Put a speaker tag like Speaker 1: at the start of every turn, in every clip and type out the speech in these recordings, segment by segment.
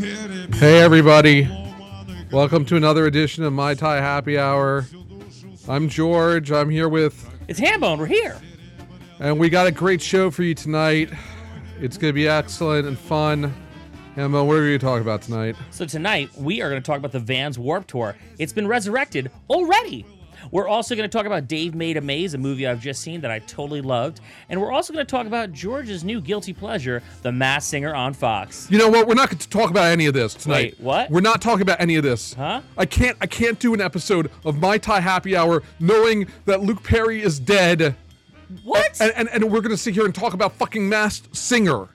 Speaker 1: Hey, everybody. Welcome to another edition of My Thai Happy Hour. I'm George. I'm here with,
Speaker 2: It's Hambone. We're here.
Speaker 1: and we got a great show for you tonight. It's going to be excellent and fun. Emma, what are you talking about tonight?
Speaker 2: So tonight we are going to talk about the Vans Warp Tour. It's been resurrected already. We're also going to talk about Dave Made a Maze, a movie I've just seen that I totally loved, and we're also going to talk about George's new guilty pleasure, The Mass Singer on Fox.
Speaker 1: You know what? We're not going to talk about any of this tonight.
Speaker 2: Wait, what?
Speaker 1: We're not talking about any of this.
Speaker 2: Huh?
Speaker 1: I can't. I can't do an episode of My Thai Happy Hour knowing that Luke Perry is dead,
Speaker 2: What?
Speaker 1: and and, and we're going to sit here and talk about fucking Masked Singer.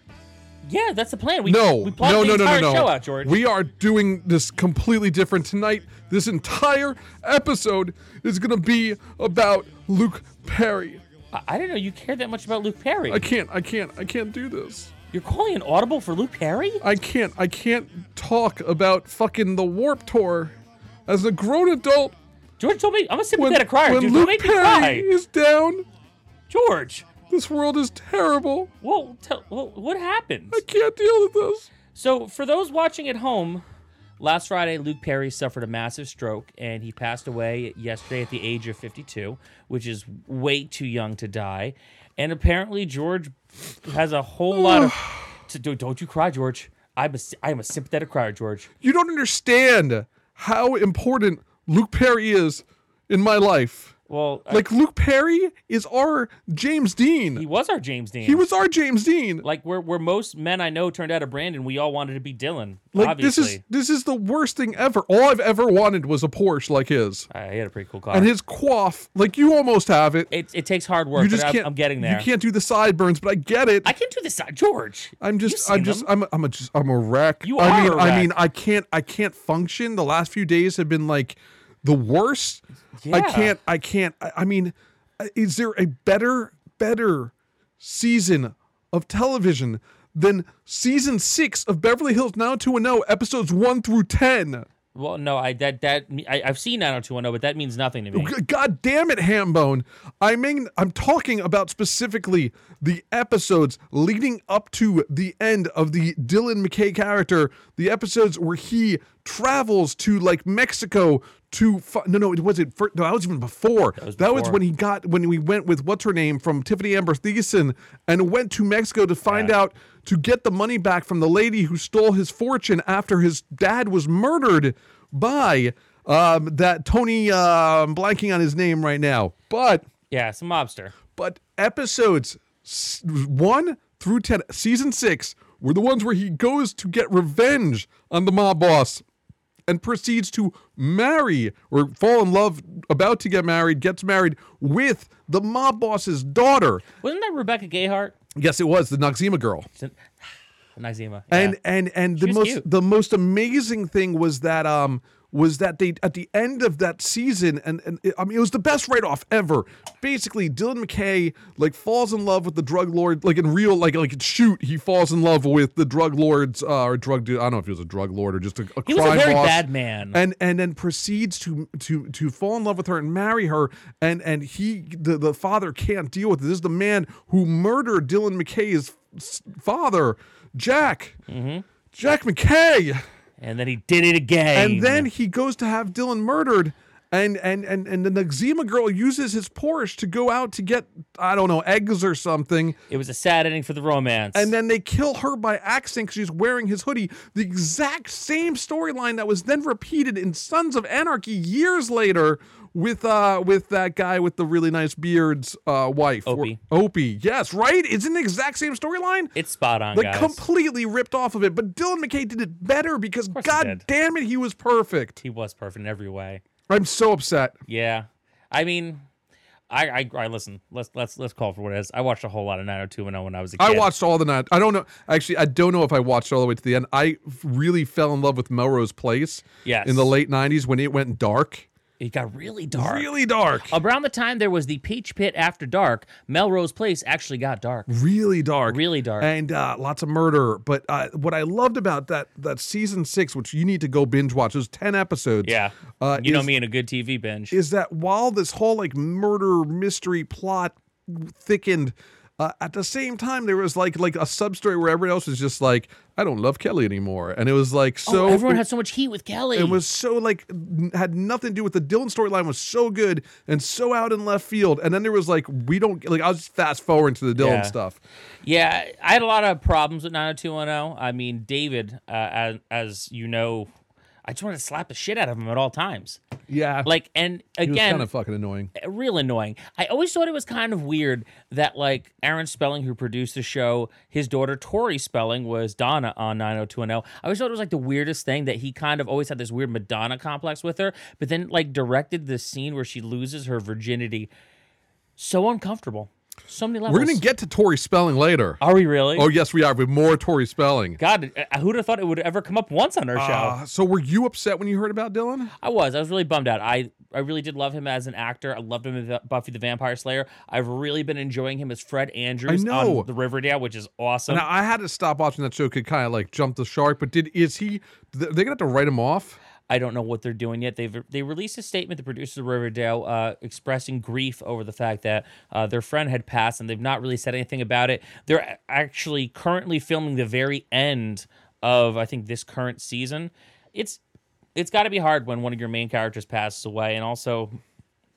Speaker 2: yeah, that's the plan. We,
Speaker 1: No,
Speaker 2: we
Speaker 1: no,
Speaker 2: plotted
Speaker 1: no,
Speaker 2: the
Speaker 1: no,
Speaker 2: entire
Speaker 1: no, no.
Speaker 2: show out, George.
Speaker 1: We are doing this completely different tonight. This entire episode is going to be about Luke Perry.
Speaker 2: I, I didn't know you cared that much about Luke Perry.
Speaker 1: I can't. I can't. I can't do this.
Speaker 2: You're calling an audible for Luke Perry?
Speaker 1: I can't. I can't talk about fucking the Warp Tour as a grown adult
Speaker 2: George told me I'm a
Speaker 1: when,
Speaker 2: sympathetic crier.
Speaker 1: when
Speaker 2: Dude,
Speaker 1: Luke
Speaker 2: don't make me
Speaker 1: Perry
Speaker 2: cry.
Speaker 1: is down.
Speaker 2: George,
Speaker 1: This world is terrible.
Speaker 2: whoa, tell, whoa, what happened?
Speaker 1: I can't deal with this.
Speaker 2: So, for those watching at home, last Friday, Luke Perry suffered a massive stroke and he passed away yesterday at the age of 52, which is way too young to die. And apparently, George has a whole lot of. to do, don't you cry, George. I'm a, sy- I'm a sympathetic crier, George.
Speaker 1: You don't understand how important Luke Perry is in my life.
Speaker 2: Well, uh,
Speaker 1: Like Luke Perry is our James Dean.
Speaker 2: he
Speaker 1: He,
Speaker 2: was our James Dean.
Speaker 1: was our James Dean. Like,
Speaker 2: like where, where most men I know turned out of Brandon, we all wanted to be Dylan.
Speaker 1: this
Speaker 2: obviously,
Speaker 1: is this is the worst thing ever. All I've ever wanted was a Porsche like his.
Speaker 2: I he had a pretty cool car.
Speaker 1: And his quaff, like you almost have it.
Speaker 2: it, it takes hard work.
Speaker 1: You just
Speaker 2: but I'm-
Speaker 1: can't
Speaker 2: I'm, getting there.
Speaker 1: You can't do the sideburns, but I get it.
Speaker 2: I can do this, uh, George.
Speaker 1: I'm
Speaker 2: You've
Speaker 1: just,
Speaker 2: seen
Speaker 1: I'm just,
Speaker 2: them.
Speaker 1: I'm, a, I'm a, just, I'm a wreck.
Speaker 2: You
Speaker 1: I
Speaker 2: are
Speaker 1: mean,
Speaker 2: a
Speaker 1: I
Speaker 2: wreck.
Speaker 1: mean, I can't, I can't function. The last few days have been like the worst. I
Speaker 2: Yeah.
Speaker 1: can't, I can't. I, I mean, uh, is there a better, better season of television than season six of Beverly Hills Now Two and Zero, episodes one through ten?
Speaker 2: Well, no, I that that I, I've seen 90210, but that means nothing to me.
Speaker 1: G- God damn it, Hambone. I mean, I'm talking about specifically the episodes leading up to the end of the Dylan McKay character, the episodes where he travels to like Mexico to fu- no no it was it fir- no that was even before that was,
Speaker 2: before.
Speaker 1: when he got when we went with what's her name from Tiffany Amber Thiessen and went to Mexico to find out to get the money back from the lady who stole his fortune after his dad was murdered by um, that Tony. Uh, I'm blanking on his name right now, but
Speaker 2: Yeah, some mobster.
Speaker 1: but episodes s- one through ten, season six, were the ones where he goes to get revenge on the mob boss and proceeds to marry or fall in love, about to get married, gets married with the mob boss's daughter.
Speaker 2: Wasn't that Rebecca Gayhart?
Speaker 1: Yes, it was the Noxima girl.
Speaker 2: Nizema. Yeah.
Speaker 1: and and and the
Speaker 2: was
Speaker 1: most
Speaker 2: cute.
Speaker 1: the most amazing thing was that um was that they at the end of that season and, and it- I mean it was the best write off ever. Basically, Dylan McKay like falls in love with the drug lord like in real like like shoot he falls in love with the drug lord's uh, or drug dude I don't know if he was a drug lord or just a, a
Speaker 2: he was a
Speaker 1: crime
Speaker 2: very
Speaker 1: boss
Speaker 2: bad man.
Speaker 1: and and then proceeds to to to fall in love with her and marry her and and he the, the father can't deal with it. this is the man who murdered dylan mckay's s- father jack jack mckay
Speaker 2: and then he did it again.
Speaker 1: and then he goes to have dylan murdered and and and and the Noxima girl uses his porsche to go out to get i don't know eggs or something
Speaker 2: it was a sad ending for the romance.
Speaker 1: and then they kill her by accident because she's wearing his hoodie. The exact same storyline that was then repeated in Sons of Anarchy years later with uh with that guy with the really nice beard's uh wife Or-
Speaker 2: Opie.
Speaker 1: Opie, yes, right? Isn't the exact same storyline?
Speaker 2: it's spot on,
Speaker 1: Like
Speaker 2: guys.
Speaker 1: completely ripped off of it. But Dylan McKay did it better because
Speaker 2: he
Speaker 1: god
Speaker 2: did.
Speaker 1: damn it, he was perfect.
Speaker 2: he was perfect in every way.
Speaker 1: I'm so upset.
Speaker 2: Yeah, I mean, I I, I listen. Let's let's let's call for what it is. I watched a whole lot of 90210 when I was a kid.
Speaker 1: I watched all the night. I don't know. Actually, I don't know if I watched all the way to the end. I really fell in love with Melrose Place
Speaker 2: Yes.
Speaker 1: in the late 90s when it went dark.
Speaker 2: It got really dark.
Speaker 1: Really dark.
Speaker 2: Around the time there was the Peach Pit after dark, Melrose Place actually got dark.
Speaker 1: Really dark.
Speaker 2: Really dark.
Speaker 1: Mm. And uh, lots of murder. But uh, what I loved about that that season six, which you need to go binge watch, those ten episodes.
Speaker 2: Yeah.
Speaker 1: Uh,
Speaker 2: you know
Speaker 1: is-
Speaker 2: me and a good TV binge.
Speaker 1: Is that while this whole like murder mystery plot thickened, Uh, at the same time, there was like like a sub story where everyone else was just like, "I don't love Kelly anymore," and it was like so.
Speaker 2: oh, everyone
Speaker 1: it-
Speaker 2: had so much heat with Kelly.
Speaker 1: it was so like n- had nothing to do with the Dylan storyline was so good and so out in left field, and then there was like we don't like I was just fast forward to the Dylan
Speaker 2: Yeah.
Speaker 1: stuff.
Speaker 2: Yeah, I had a lot of problems with 90210. I mean, David, uh, as, as you know, I just wanted to slap the shit out of him at all times.
Speaker 1: Yeah,
Speaker 2: Like, and
Speaker 1: it was kind
Speaker 2: again,
Speaker 1: of fucking annoying.
Speaker 2: real annoying. I always thought it was kind of weird that, like, Aaron Spelling, who produced the show, his daughter Tori Spelling was Donna on 90210. I always thought it was like the weirdest thing that he kind of always had this weird Madonna complex with her, but then, like, directed the scene where she loses her virginity. So uncomfortable. So many levels.
Speaker 1: We're gonna get to Tori Spelling later.
Speaker 2: Are we really?
Speaker 1: Oh yes, we are with more Tori Spelling.
Speaker 2: God, uh, who'd have thought it would ever come up once on our show?
Speaker 1: Uh, so were you upset when you heard about Dylan?
Speaker 2: I was. I was really bummed out. I, I really did love him as an actor. I loved him in Bu- Buffy the Vampire Slayer. I've really been enjoying him as Fred Andrews
Speaker 1: know.
Speaker 2: on the Riverdale, which is awesome.
Speaker 1: Now I had to stop watching that show. Could kind of like jump the shark, but did is he? They're gonna have to write him off.
Speaker 2: I don't know what they're doing yet. They've they released a statement, the producers of Riverdale, uh, expressing grief over the fact that uh, their friend had passed, and they've not really said anything about it. They're a- actually currently filming the very end of I think this current season. It's it's got to be hard when one of your main characters passes away, and also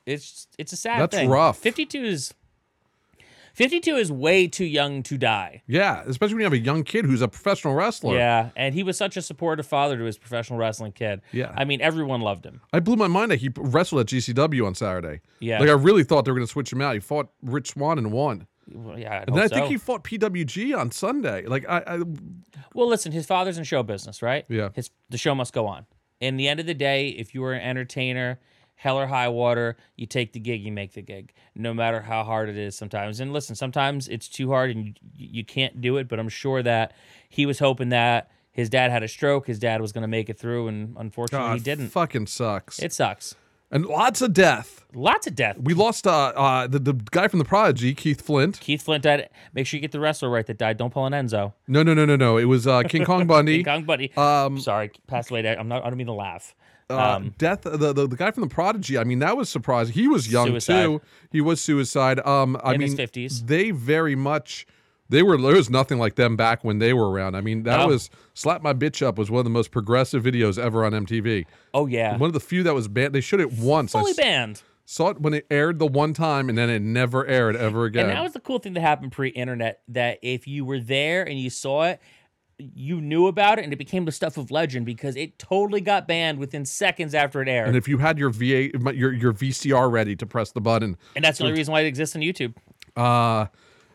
Speaker 2: it's it's a sad.
Speaker 1: That's
Speaker 2: thing.
Speaker 1: rough.
Speaker 2: Fifty two is fifty two is way too young to die.
Speaker 1: Yeah, especially when you have a young kid who's a professional wrestler.
Speaker 2: Yeah, and he was such a supportive father to his professional wrestling kid.
Speaker 1: Yeah.
Speaker 2: I mean everyone loved him.
Speaker 1: I blew my mind that he wrestled at GCW on Saturday.
Speaker 2: Yeah.
Speaker 1: like I really thought they were gonna switch him out. He fought Rich Swan and won.
Speaker 2: Well, yeah, I'd
Speaker 1: And I
Speaker 2: hope
Speaker 1: think
Speaker 2: so.
Speaker 1: he fought PWG on Sunday. Like I, I
Speaker 2: Well, listen, his father's in show business, right?
Speaker 1: Yeah.
Speaker 2: His the show must go on. In the end of the day, if you are an entertainer, hell or high water, you take the gig, you make the gig, no matter how hard it is sometimes. And listen, sometimes it's too hard and you, you can't do it, but I'm sure that he was hoping that his dad had a stroke, his dad was going to make it through and unfortunately
Speaker 1: God,
Speaker 2: he didn't.
Speaker 1: ah, Fucking sucks.
Speaker 2: it sucks.
Speaker 1: and lots of death.
Speaker 2: Lots of death.
Speaker 1: We lost uh, uh the, the guy from the Prodigy, Keith Flint.
Speaker 2: Keith Flint died. Make sure you get the wrestler right that died. Don't pull an Enzo.
Speaker 1: No, no, no, no, no. It was uh, King Kong Bundy.
Speaker 2: King Kong Buddy.
Speaker 1: Um,
Speaker 2: Sorry, passed away. I'm not. I don't mean to laugh. Um,
Speaker 1: Uh, death the, the the guy from the prodigy i mean that was surprising he was young
Speaker 2: Suicide.
Speaker 1: too he was suicide um i
Speaker 2: In
Speaker 1: mean
Speaker 2: his 50s.
Speaker 1: they very much they were there was nothing like them back when they were around i mean that
Speaker 2: No.
Speaker 1: was slap my bitch up was one of the most progressive videos ever on mtv
Speaker 2: oh yeah.
Speaker 1: one of the few that was banned they showed it once i
Speaker 2: fully
Speaker 1: s-
Speaker 2: banned.
Speaker 1: saw it when it aired the one time and then it never aired ever again
Speaker 2: And that was the cool thing that happened pre-internet that if you were there and you saw it, you knew about it and it became the stuff of legend because it totally got banned within seconds after it aired.
Speaker 1: and
Speaker 2: And,
Speaker 1: if you had your va your, your vcr ready to press the button
Speaker 2: that's the only reason why it exists on YouTube.
Speaker 1: Uh,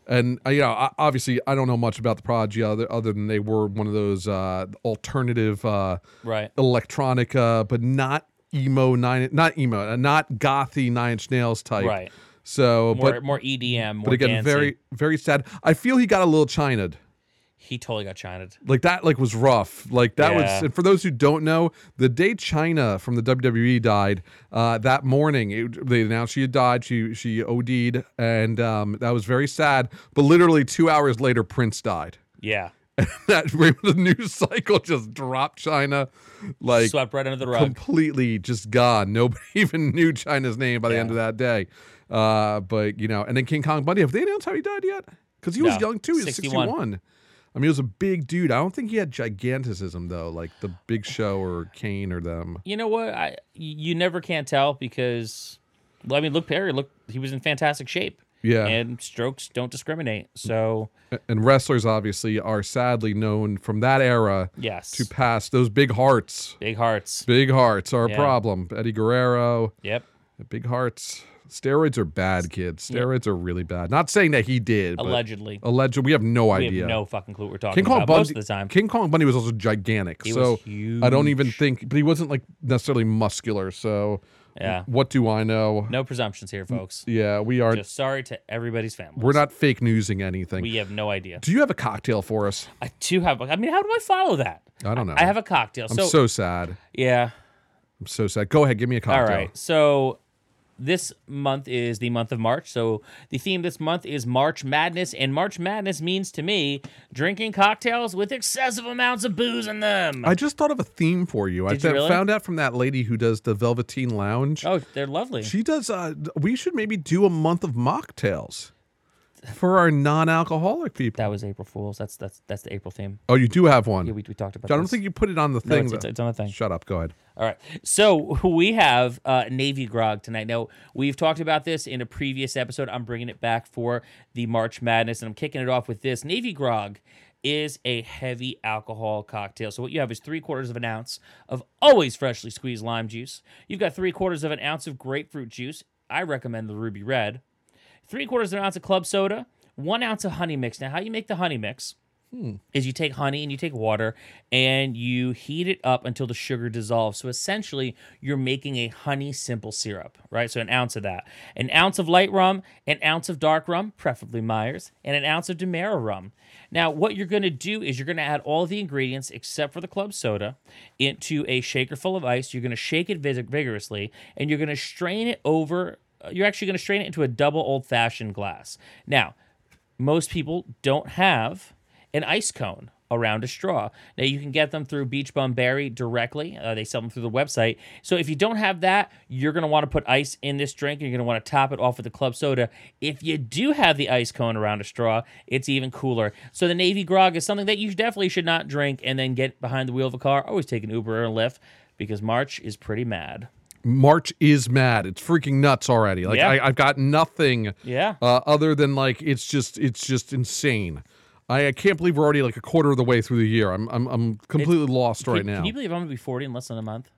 Speaker 1: and uh, you know, I- obviously, I don't know much about the Prodigy other other than they were one of those uh, alternative, uh,
Speaker 2: Right.
Speaker 1: electronic, uh, but not emo nine, not emo, uh, not gothy Nine Inch Nails type.
Speaker 2: Right.
Speaker 1: So,
Speaker 2: More
Speaker 1: but
Speaker 2: more EDM, more
Speaker 1: but again,
Speaker 2: dancing.
Speaker 1: very very sad. I feel he got a little chined.
Speaker 2: he totally got chined.
Speaker 1: Like that, like was rough. Like that
Speaker 2: Yeah.
Speaker 1: was. And for those who don't know, the day China from the WWE died, uh, that morning it, they announced she had died. She she OD'd, and um, that was very sad. But literally two hours later, Prince died.
Speaker 2: Yeah.
Speaker 1: that the news cycle just dropped China, like
Speaker 2: Swept right under the rug.
Speaker 1: completely just gone. Nobody even knew China's name by the end of that day. Uh, but you know, and then King Kong Bundy. Have they announced how he died yet? Because he was
Speaker 2: No.
Speaker 1: young too. He was
Speaker 2: 61.
Speaker 1: sixty-one. I mean, he was a big dude. I don't think he had gigantism though, like the Big Show or Kane or them.
Speaker 2: you know what? I you never can tell because well, I mean, look Perry, look he was in fantastic shape.
Speaker 1: Yeah.
Speaker 2: And strokes don't discriminate. So
Speaker 1: And wrestlers obviously are sadly known from that era
Speaker 2: yes.
Speaker 1: to past those big hearts.
Speaker 2: Big hearts.
Speaker 1: Big hearts are a
Speaker 2: Yeah.
Speaker 1: problem. Eddie Guerrero,
Speaker 2: Yep.
Speaker 1: big hearts. Steroids are bad, kids. Steroids are really bad. Not saying that he did, but
Speaker 2: Allegedly.
Speaker 1: alleged. We have no
Speaker 2: We
Speaker 1: idea.
Speaker 2: have no fucking clue what we're talking
Speaker 1: King Kong
Speaker 2: about
Speaker 1: Bundy.
Speaker 2: most of the time.
Speaker 1: King Kong Bundy was also gigantic.
Speaker 2: He
Speaker 1: so
Speaker 2: was huge.
Speaker 1: I don't even think, but he wasn't like necessarily muscular. So
Speaker 2: Yeah.
Speaker 1: what do I know?
Speaker 2: No presumptions here, folks.
Speaker 1: Yeah, we are.
Speaker 2: Just sorry to everybody's family.
Speaker 1: we're not fake newsing anything.
Speaker 2: We have no idea.
Speaker 1: do you have a cocktail for us?
Speaker 2: I do have. I mean, how do I follow that?
Speaker 1: I don't know.
Speaker 2: I have a cocktail.
Speaker 1: Oh, I'm
Speaker 2: So,
Speaker 1: so, sad.
Speaker 2: yeah.
Speaker 1: I'm so sad. Go ahead, give me a
Speaker 2: All
Speaker 1: cocktail.
Speaker 2: right. So this month is the month of March. So the theme this month is March Madness, and March Madness means to me drinking cocktails with excessive amounts of booze in them.
Speaker 1: I just thought of a theme for you. I
Speaker 2: Did you
Speaker 1: fa-
Speaker 2: really?
Speaker 1: found out from that lady who does the Velveteen Lounge.
Speaker 2: oh, they're lovely.
Speaker 1: She does. Uh, we should maybe do a month of mocktails. for our non-alcoholic people.
Speaker 2: That was April Fools. That's that's that's the April theme.
Speaker 1: Oh, you do have one.
Speaker 2: Yeah, we, we talked about.
Speaker 1: I don't
Speaker 2: this.
Speaker 1: think you put it on the
Speaker 2: No,
Speaker 1: thing.
Speaker 2: it's, it's,
Speaker 1: though.
Speaker 2: it's on the thing.
Speaker 1: Shut up. Go ahead.
Speaker 2: All right. So we have uh, Navy Grog tonight. Now, we've talked about this in a previous episode. I'm bringing it back for the March Madness, and I'm kicking it off with this. Navy Grog is a heavy alcohol cocktail. So what you have is three quarters of an ounce of always freshly squeezed lime juice. You've got three quarters of an ounce of grapefruit juice. I recommend the Ruby Red. Three quarters of an ounce of club soda. One ounce of honey mix. Now, how you make the honey mix? is you take honey and you take water and you heat it up until the sugar dissolves. So essentially, you're making a honey simple syrup, right? So an ounce of that, an ounce of light rum, an ounce of dark rum, preferably Myers, and an ounce of Demerara rum. Now, what you're going to do is you're going to add all the ingredients except for the club soda into a shaker full of ice. You're going to shake it vis- vigorously and you're going to strain it over. uh, You're actually going to strain it into a double old fashioned glass. Now, most people don't have an ice cone around a straw. Now you can get them through Beach Bum Berry directly. Uh, they sell them through the website. So if you don't have that, you're going to want to put ice in this drink and you're going to want to top it off with the club soda. If you do have the ice cone around a straw, it's even cooler. So the Navy Grog is something that you definitely should not drink and then get behind the wheel of a car. Always take an Uber or a Lyft because March is pretty mad.
Speaker 1: March is mad. It's freaking nuts already. Like
Speaker 2: Yeah.
Speaker 1: I, I've got nothing.
Speaker 2: Yeah.
Speaker 1: Uh, other than like it's just it's just insane. I, I can't believe we're already like a quarter of the way through the year. I'm I'm, I'm completely lost right
Speaker 2: can,
Speaker 1: now.
Speaker 2: Can you believe I'm going to be 40 in less than a month?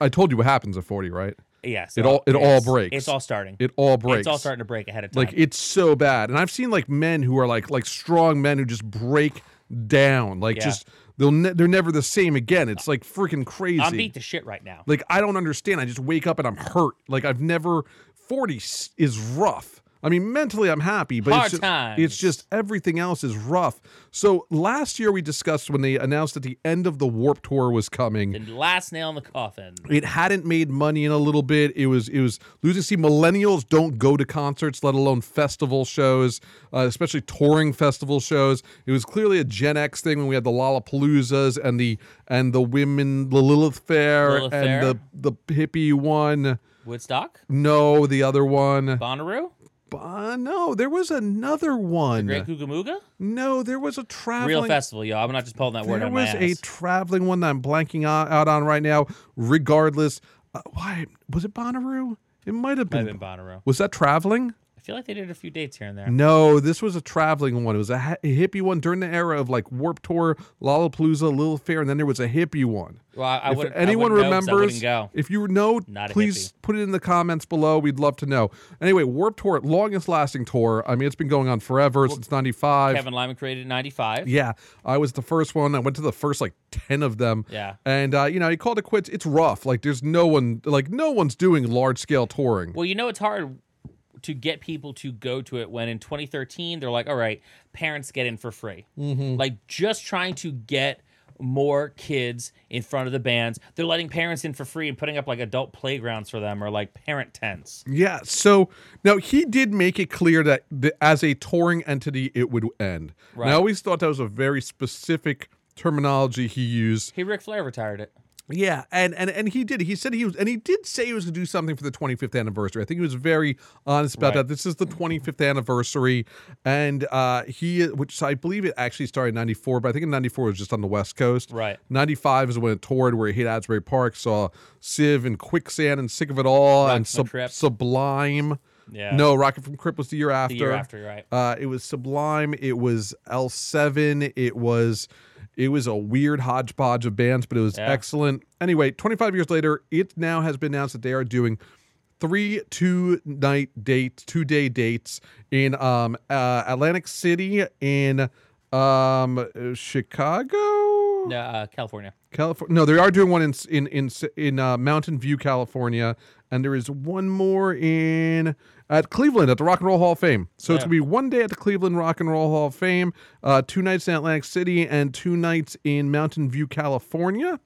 Speaker 1: I told you what happens at 40, right?
Speaker 2: Yes.
Speaker 1: It all- it all breaks.
Speaker 2: It's all starting.
Speaker 1: It all breaks.
Speaker 2: It's all starting to break ahead of time.
Speaker 1: Like it's so bad. And I've seen like men who are like like strong men who just break down. Like
Speaker 2: Yeah.
Speaker 1: just they'll ne- they're never the same again. It's like freaking crazy.
Speaker 2: I'm beat to shit right now.
Speaker 1: Like I don't understand. I just wake up and I'm hurt. Like I've never 40 s- is rough. I mean mentally I'm happy, but
Speaker 2: Hard
Speaker 1: it's, just,
Speaker 2: times.
Speaker 1: it's just everything else is rough. So last year we discussed when they announced that the end of the Warp Tour was coming.
Speaker 2: The last nail in the coffin.
Speaker 1: It hadn't made money in a little bit. It was it was losing. See, millennials don't go to concerts, let alone festival shows, uh, especially touring festival shows. It was clearly a Gen X thing when we had the Lollapaloozas and the and the women, the Lilith Fair
Speaker 2: Lilith
Speaker 1: and
Speaker 2: Fair.
Speaker 1: the the hippie one.
Speaker 2: Woodstock?
Speaker 1: No, the other one.
Speaker 2: Bonnaroo?
Speaker 1: Uh, no, there was another one.
Speaker 2: Great Googamooga?
Speaker 1: no, there was a traveling.
Speaker 2: Real festival, y'all. I'm not just pulling that word
Speaker 1: There
Speaker 2: out of my
Speaker 1: was
Speaker 2: ass.
Speaker 1: a traveling one that I'm blanking o- out on right now. Regardless, uh, why was it Bonnaroo? It might have
Speaker 2: Might
Speaker 1: been.
Speaker 2: have been Bonnaroo.
Speaker 1: Was that traveling?
Speaker 2: I feel like they did a few dates here and there.
Speaker 1: No, this was a traveling one. It was a, hi- a hippie one during the era of like Warp Tour, Lollapalooza, Little Fair, and then there was a hippie one.
Speaker 2: Well, I, I
Speaker 1: If
Speaker 2: would.
Speaker 1: anyone
Speaker 2: I wouldn't know 'cause I
Speaker 1: remembers,
Speaker 2: wouldn't go.
Speaker 1: if you know,
Speaker 2: Not a
Speaker 1: please put it in the comments below. We'd love to know. Anyway, Warp Tour, longest lasting tour. I mean, it's been going on forever since '95.
Speaker 2: Kevin Lyman created in '95.
Speaker 1: Yeah, I was the first one. I went to the first like ten of them.
Speaker 2: Yeah.
Speaker 1: and uh, you know, he called it quits. It's rough. Like, there's no one, like, no one's doing large scale touring.
Speaker 2: Well, you know it's hard to get people to go to it when in 2013 they're like, all right, parents get in for free.
Speaker 1: Mm-hmm.
Speaker 2: Like just trying to get more kids in front of the bands. They're letting parents in for free and putting up like adult playgrounds for them or like parent tents.
Speaker 1: Yeah. So now he did make it clear that the, as a touring entity, it would end. And I always thought that was a very specific terminology he used.
Speaker 2: Hey, Ric Flair retired it.
Speaker 1: Yeah, and and and he did. He said he was, and he did say he was going to do something for the 25th anniversary. I think he was very honest about
Speaker 2: Right.
Speaker 1: that. This is the 25th anniversary, and uh, he, which I believe it actually started in '94, but I think in '94 it was just on the West Coast.
Speaker 2: Right.
Speaker 1: '95 is when it toured, where he hit Asbury Park, saw Civ and Quicksand and Sick of It All, and
Speaker 2: from
Speaker 1: Sub-
Speaker 2: Crypt.
Speaker 1: Sublime.
Speaker 2: Yeah.
Speaker 1: No, Rocket from Crypt was the year after.
Speaker 2: The year after, you're right?
Speaker 1: Uh, it was Sublime. It was L Seven. It was, it was a weird hodgepodge of bands, but it was excellent. Anyway, 25 years later, it now has been announced that they are doing three two night dates, two day dates in um uh, Atlantic City in um uh, Chicago.
Speaker 2: No, uh, California.
Speaker 1: California. No, they are doing one in in in in uh, Mountain View, California, and there is one more in at Cleveland at the Rock and Roll Hall of Fame. So it's
Speaker 2: Yeah.
Speaker 1: gonna be one day at the Cleveland Rock and Roll Hall of Fame, uh, two nights in Atlantic City, and two nights in Mountain View, California.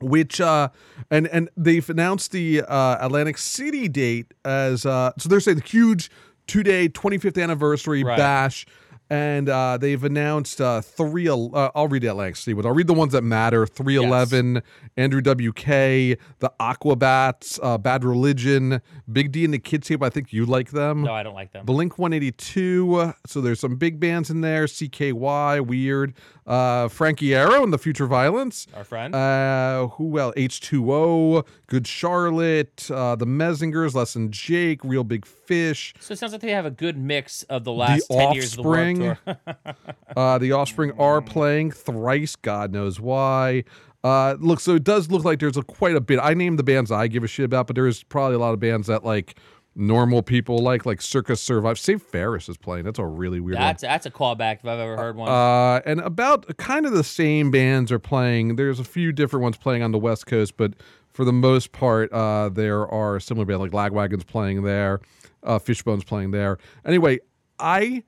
Speaker 1: Which uh, and and they've announced the uh, Atlantic City date as uh, so they're saying the huge two day 25th anniversary
Speaker 2: Right.
Speaker 1: bash. and uh, they've announced uh, three. el- Uh, I'll read that length sequence. I'll read the ones that matter. Three Eleven, Andrew WK, the Aquabats, uh, Bad Religion, Big D and the Kids Tape. I think you like them.
Speaker 2: No, I don't like them.
Speaker 1: Blink 182. So there's some big bands in there. CKY, Weird, uh, Frankie Arrow and the Future Violence.
Speaker 2: Our friend.
Speaker 1: Uh, who well? H2O, Good Charlotte, uh, the Messingers, Less Than Jake, Real Big Fish,
Speaker 2: so it sounds like they have a good mix of the last
Speaker 1: The
Speaker 2: 10 years of the Warped
Speaker 1: Offspring.
Speaker 2: Tour.
Speaker 1: Uh, the Offspring are playing thrice, God knows why. Uh, look, so it does look like there's a, quite a bit. I named the bands I give a shit about, but there is probably a lot of bands that like normal people like, like Circus Survive. Save Ferris is playing. That's a really weird one.
Speaker 2: That's that's a callback if I've ever heard one.
Speaker 1: Uh, and about kind of the same bands are playing. There's a few different ones playing on the West Coast, but for the most part, uh, there are similar bands like Lagwagon's playing there, uh, Fishbone's playing there. Anyway, I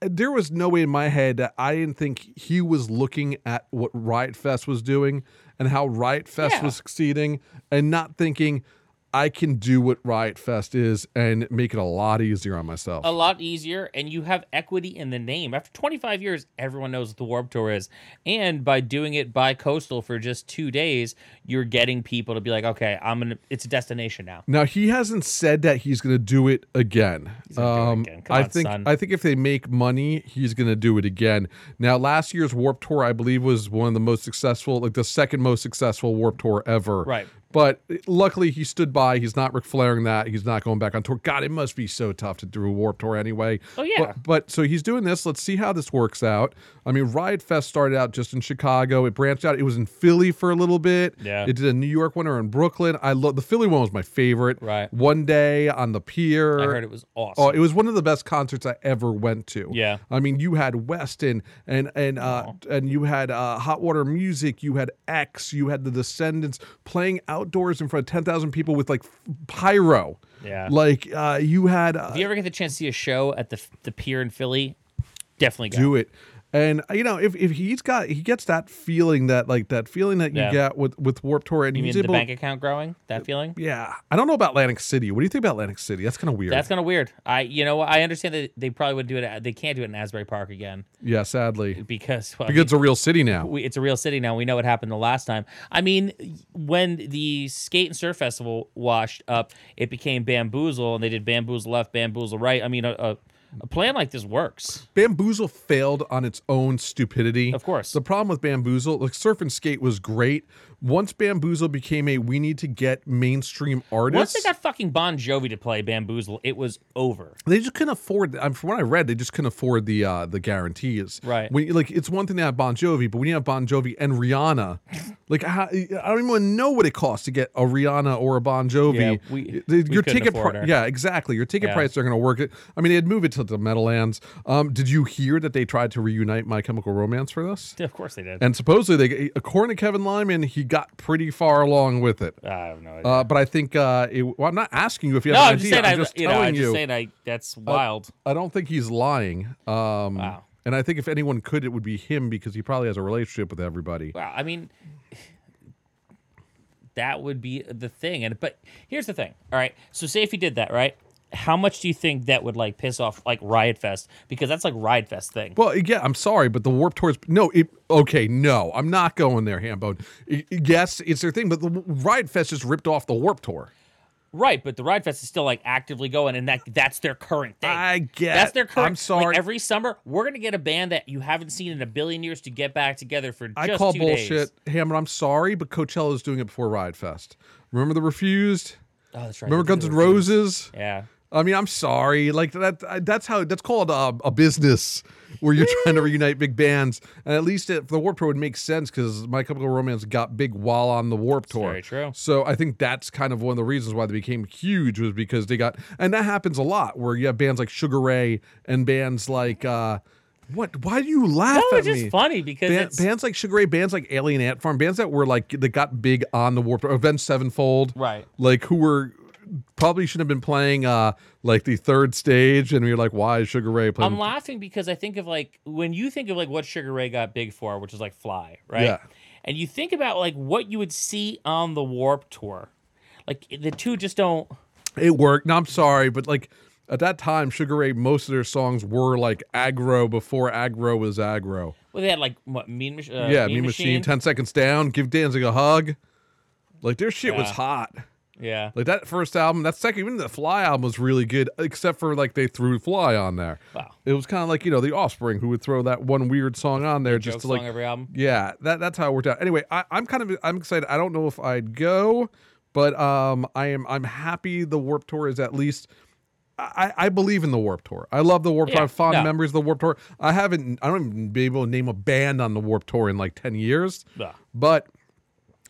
Speaker 1: there was no way in my head that I didn't think he was looking at what Riot Fest was doing and how Riot Fest
Speaker 2: Yeah.
Speaker 1: was succeeding, and not thinking. I can do what Riot Fest is and make it a lot easier on myself.
Speaker 2: a lot easier, and you have equity in the name. After 25 years, everyone knows what the Warp Tour is, and by doing it by coastal for just two days, you're getting people to be like, okay, I'm gonna. It's a destination now.
Speaker 1: Now he hasn't said that he's going to do it again.
Speaker 2: gonna do it
Speaker 1: Um,
Speaker 2: again. Come
Speaker 1: I
Speaker 2: on,
Speaker 1: think
Speaker 2: son.
Speaker 1: I think if they make money, he's going to do it again. Now, last year's Warp Tour, I believe, was one of the most successful, like the second most successful Warp Tour ever.
Speaker 2: Right.
Speaker 1: But luckily, he stood by. He's not Ric Flairing that. He's not going back on tour. God, it must be so tough to do a Warp Tour anyway.
Speaker 2: Oh, yeah.
Speaker 1: But, but so he's doing this. Let's see how this works out. I mean, Riot Fest started out just in Chicago. It branched out. It was in Philly for a little bit.
Speaker 2: Yeah.
Speaker 1: It did a New York one or in Brooklyn. I love the Philly one was my favorite.
Speaker 2: Right.
Speaker 1: One day on the pier.
Speaker 2: I heard it was awesome.
Speaker 1: Oh, it was one of the best concerts I ever went to.
Speaker 2: Yeah.
Speaker 1: I mean, you had Weston and and uh, and you had uh, Hot Water Music, you had X, you had the Descendants playing outdoors in front of ten thousand people with like f- pyro.
Speaker 2: Yeah.
Speaker 1: Like uh, you had uh,
Speaker 2: if you ever get the chance to see a show at the the pier in Philly, definitely go.
Speaker 1: do it. And uh, you know, if, if he's got he gets that feeling that like that feeling that you
Speaker 2: Yeah.
Speaker 1: get with with Warp Tour, and
Speaker 2: You mean
Speaker 1: he's
Speaker 2: the
Speaker 1: able.
Speaker 2: bank account growing? That feeling?
Speaker 1: yeah, I don't know about Atlantic City. What do you think about Atlantic City? That's kind of weird.
Speaker 2: That's kind of weird. I, you know, I understand that they probably wouldn't do it. At, they can't do it in Asbury Park again
Speaker 1: yeah, sadly,
Speaker 2: because well, I
Speaker 1: because it's a real city now.
Speaker 2: we, it's a real city now. We know what happened the last time. I mean, when the skate and surf festival washed up, it became bamboozle, and they did bamboozle left, bamboozle right. I mean, a, a, a plan like this works.
Speaker 1: Bamboozle failed on its own stupidity.
Speaker 2: Of course.
Speaker 1: The problem with Bamboozle, like Surf and Skate was great. Once Bamboozle became a we need to get mainstream
Speaker 2: Once
Speaker 1: artists,
Speaker 2: they got fucking Bon Jovi to play bamboozle, it was over.
Speaker 1: they just couldn't afford. I'm from what I read, they just couldn't afford the uh, the guarantees.
Speaker 2: Right.
Speaker 1: When, like it's one thing to have Bon Jovi, but when you have Bon Jovi and Rihanna, like how, I don't even know what it costs to get a Rihanna or a Bon Jovi.
Speaker 2: Yeah, we-
Speaker 1: The-
Speaker 2: we
Speaker 1: your
Speaker 2: couldn't
Speaker 1: ticket,
Speaker 2: afford
Speaker 1: pri-
Speaker 2: her.
Speaker 1: yeah, exactly. Your ticket
Speaker 2: Yeah.
Speaker 1: price are going to work it. I mean, they'd move it to the Meadowlands. Um, did you hear that they tried to reunite My Chemical Romance for this?
Speaker 2: Of course they did.
Speaker 1: And supposedly, they, according to Kevin Lyman, he got pretty far along with it.
Speaker 2: I have no idea.
Speaker 1: Uh, but I think uh, it, well, I'm not asking you if you
Speaker 2: no,
Speaker 1: have an
Speaker 2: I'm just
Speaker 1: idea.
Speaker 2: saying.
Speaker 1: I'm
Speaker 2: I,
Speaker 1: just
Speaker 2: you Uh,
Speaker 1: telling
Speaker 2: know, I'm
Speaker 1: you.
Speaker 2: just saying. I that's wild.
Speaker 1: I don't think he's lying. Um,
Speaker 2: Wow.
Speaker 1: And I think if anyone could, it would be him because he probably has a relationship with everybody.
Speaker 2: Wow. I mean, that would be the thing. And but here's the thing. All right. So say if you did that, right? How much do you think that would like piss off like Riot Fest? Because that's like Riot Fest thing.
Speaker 1: Well, yeah, I'm sorry, but the Warp Tour's no. It, okay, no, I'm not going there, Hambone. I- I- Yes, it's their thing, but the Riot Fest just ripped off the Warp Tour.
Speaker 2: Right, but the Ride Fest is still like actively going, and that that's their current thing.
Speaker 1: I get-
Speaker 2: that's their
Speaker 1: I'm
Speaker 2: current.
Speaker 1: sorry.
Speaker 2: Like, every summer, we're gonna get a band that you haven't seen in a billion years to get back together for just
Speaker 1: I call
Speaker 2: two
Speaker 1: bullshit,
Speaker 2: days.
Speaker 1: Hammond. I'm sorry, but Coachella is doing it before Riot Fest. Remember the Refused?
Speaker 2: Oh, that's right.
Speaker 1: Remember
Speaker 2: they did
Speaker 1: Guns
Speaker 2: it
Speaker 1: N'
Speaker 2: with you.
Speaker 1: Roses?
Speaker 2: Yeah.
Speaker 1: I mean, I'm sorry. Like that. I- That's how. That's called uh, a business where you're trying to reunite big bands. And at least it, the Warp Tour would make sense because My Chemical Romance got big while on the Warp Tour.
Speaker 2: very true.
Speaker 1: So I think that's kind of one of the reasons why they became huge was because they got, and that happens a lot where you have bands like Sugar Ray and bands like. uh what? Why do you laugh
Speaker 2: Oh,
Speaker 1: at
Speaker 2: it's just
Speaker 1: me?
Speaker 2: funny because
Speaker 1: Ban-
Speaker 2: it's
Speaker 1: bands like Sugar Ray, bands like Alien Ant Farm, bands that were like that got big on the Warped Tour, Avenged Sevenfold,
Speaker 2: Right.
Speaker 1: Like who were probably should have been playing uh like the third stage, and we are like, why is Sugar Ray playing?
Speaker 2: I'm laughing because I think of like when you think of like what Sugar Ray got big for, which is like Fly, right?
Speaker 1: Yeah.
Speaker 2: And you think about like what you would see on the Warp Tour, like the two just don't.
Speaker 1: it worked. No, I'm sorry, but like at that time, Sugar Ray, most of their songs were like aggro before aggro was aggro.
Speaker 2: Well, they had like what Mean, Mach- uh,
Speaker 1: yeah, Mean Machine, 10 Seconds Down, Give Danzig a Hug. Like their shit was
Speaker 2: Yeah.
Speaker 1: hot.
Speaker 2: yeah.
Speaker 1: Like that first album, that second, even the Fly album was really good, except for like they threw Fly on there.
Speaker 2: Wow.
Speaker 1: It was kind of like, you know, The Offspring who would throw that one weird song on there
Speaker 2: Joke
Speaker 1: just to
Speaker 2: song
Speaker 1: like
Speaker 2: every album.
Speaker 1: yeah, that that's how it worked out. Anyway, I, I'm kind of I'm excited. I don't know if I'd go, but um, I am I'm happy the Warp Tour is at least. I, I believe in the Warp Tour. I love the Warp Tour. I
Speaker 2: Yeah,
Speaker 1: have fond
Speaker 2: no.
Speaker 1: memories of the Warp Tour. I haven't. I don't even be able to name a band on the Warp Tour in like ten years.
Speaker 2: Yeah.
Speaker 1: But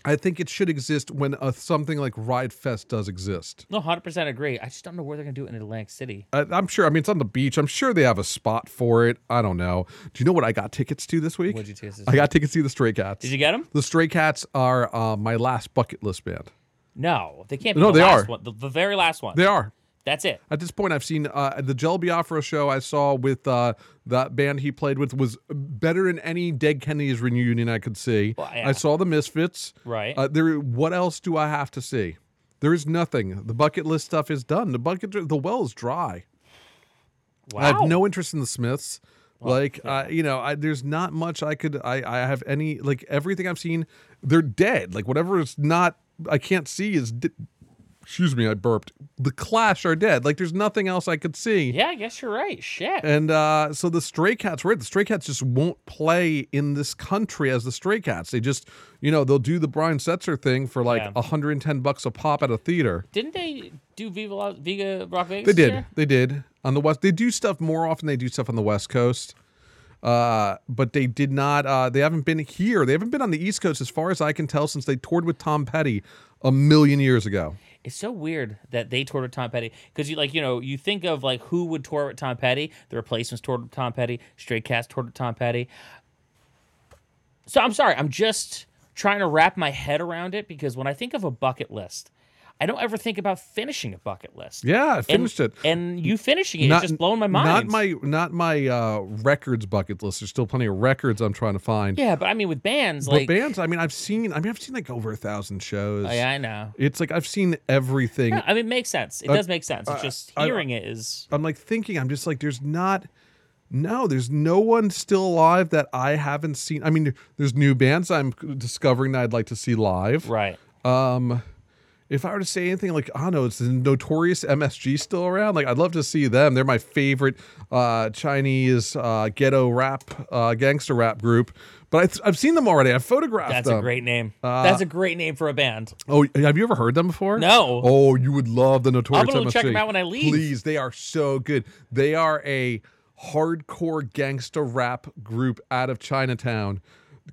Speaker 1: I think it should exist when uh something like Ride Fest does exist.
Speaker 2: No, hundred percent agree. I just don't know where they're gonna do it in Atlantic City.
Speaker 1: I, I'm sure. I mean, it's on the beach. I'm sure they have a spot for it. I don't know. Do you know what I got tickets to this week?
Speaker 2: What'd you taste?
Speaker 1: I got tickets to the Stray Cats.
Speaker 2: Did you get them?
Speaker 1: The Stray Cats are uh, my last bucket list band.
Speaker 2: No, they can't. Be
Speaker 1: No,
Speaker 2: the
Speaker 1: they
Speaker 2: last
Speaker 1: are.
Speaker 2: One, the, the very last one.
Speaker 1: They are.
Speaker 2: That's it.
Speaker 1: At this point, I've seen uh, the Gel Biafra show I saw with uh, that band he played with was better than any Dead Kennedys reunion I could see.
Speaker 2: Well, yeah.
Speaker 1: I saw the Misfits.
Speaker 2: Right.
Speaker 1: Uh, there. What else do I have to see? There is nothing. The bucket list stuff is done. The bucket, the well is dry.
Speaker 2: Wow.
Speaker 1: I have no interest in the Smiths. like, uh, you know, I, there's not much I could. I, I have any like everything I've seen. They're dead. Like whatever is not I can't see is. Di- Excuse me, I burped. The Clash are dead. Like there's nothing else I could see.
Speaker 2: Yeah, I guess you're right. Shit.
Speaker 1: And uh, so the Stray Cats were it. The Stray Cats just won't play in this country as the Stray Cats. They just, you know, they'll do the Brian Setzer thing for like
Speaker 2: Yeah.
Speaker 1: 110 bucks a pop at a theater.
Speaker 2: Didn't they do Viva La, Viva Rock Vegas?
Speaker 1: They
Speaker 2: this
Speaker 1: did.
Speaker 2: year?
Speaker 1: They did on the west. They do stuff more often. They do stuff on the west coast, uh, but they did not. Uh, they haven't been here. They haven't been on the east coast, as far as I can tell, since they toured with Tom Petty a million years ago.
Speaker 2: It's so weird that they toured with Tom Petty because you like you know you think of like who would tour with Tom Petty. The replacements toured with Tom Petty. Straight Cats toured with Tom Petty. So I'm sorry. I'm just trying to wrap my head around it because when I think of a bucket list, I don't ever think about finishing a bucket list.
Speaker 1: Yeah, I
Speaker 2: And-
Speaker 1: finished it.
Speaker 2: And you finishing it
Speaker 1: Not-
Speaker 2: is just blowing my mind.
Speaker 1: Not my not my uh, records bucket list. There's still plenty of records I'm trying to find.
Speaker 2: Yeah, but I mean with bands
Speaker 1: but
Speaker 2: like
Speaker 1: bands. I mean, I've seen. I mean, I've seen like over a thousand shows.
Speaker 2: Oh, yeah, I know.
Speaker 1: It's like I've seen everything.
Speaker 2: I mean, it makes sense. It does make sense. It's just
Speaker 1: Uh, I- uh,
Speaker 2: hearing it is
Speaker 1: I'm like thinking, I'm just like, there's not, no, there's no one still alive that I haven't seen. I mean, there's new bands I'm discovering that I'd like to see live.
Speaker 2: right.
Speaker 1: Um, if I were to say anything like, I don't know, it's the notorious MSG still around. Like, I'd love to see them. They're my favorite uh, Chinese uh, ghetto rap, uh, gangster rap group. But I th- I've seen them already. I've photographed
Speaker 2: That's
Speaker 1: them.
Speaker 2: a great name.
Speaker 1: Uh,
Speaker 2: That's a great name for a band.
Speaker 1: Oh, have you ever heard them before?
Speaker 2: No.
Speaker 1: Oh, you would love the Notorious
Speaker 2: I'll go check
Speaker 1: MSG.
Speaker 2: them out when I leave.
Speaker 1: Please, they are so good. They are a hardcore gangster rap group out of Chinatown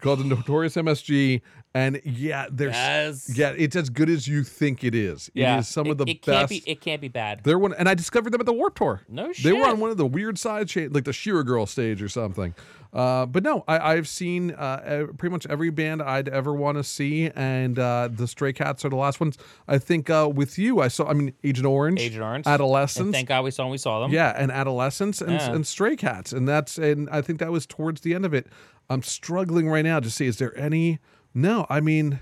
Speaker 1: called the Notorious MSG, and yeah, they're
Speaker 2: Yes.
Speaker 1: yeah, it's as good as you think it is.
Speaker 2: yeah,
Speaker 1: it is some of
Speaker 2: It-
Speaker 1: the
Speaker 2: it
Speaker 1: best.
Speaker 2: Can't be, it can't be bad.
Speaker 1: They're one, and I discovered them at the Warp Tour.
Speaker 2: No
Speaker 1: They were on
Speaker 2: shit.
Speaker 1: one of the weird side chain, like the Shearer Girl stage or something. Uh, but no, I, I've seen uh, ev- pretty much every band I'd ever want to see, and uh, the Stray Cats are the last ones. I think uh, with you, I saw. I mean, Agent Orange,
Speaker 2: Agent Orange, And
Speaker 1: Adolescence,
Speaker 2: thank God we saw them. We saw them.
Speaker 1: yeah, and Adolescence, and,
Speaker 2: Yeah.
Speaker 1: and Stray Cats, and that's and I think that was towards the end of it. I'm struggling right now to see is there any? No, I mean.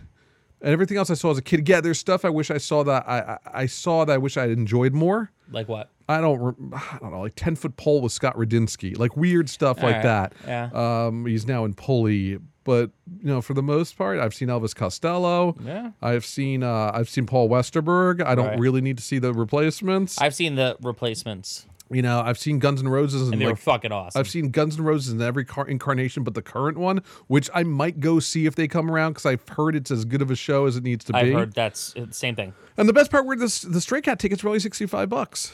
Speaker 1: And everything else I saw as a kid, yeah, there's stuff I wish I saw that I, I, I saw that I wish I would enjoyed more.
Speaker 2: Like what?
Speaker 1: I don't, rem- I don't know, like ten foot pole with Scott Radinsky, like weird stuff like
Speaker 2: right.
Speaker 1: that.
Speaker 2: Yeah.
Speaker 1: Um, he's now in Pulley, but you know, for the most part, I've seen Elvis Costello.
Speaker 2: Yeah.
Speaker 1: I've seen, uh, I've seen Paul Westerberg. I don't
Speaker 2: Right.
Speaker 1: really need to see the replacements.
Speaker 2: I've seen the replacements,
Speaker 1: you know, I've seen Guns N' Roses and
Speaker 2: and they were
Speaker 1: like.
Speaker 2: fucking awesome.
Speaker 1: I've seen Guns N' Roses in every car- incarnation, but the current one, which I might go see if they come around, because I've heard it's as good of a show as it needs to
Speaker 2: I've
Speaker 1: be.
Speaker 2: heard that's uh, same thing.
Speaker 1: And the best part were this, the Stray Cat tickets were only sixty five bucks.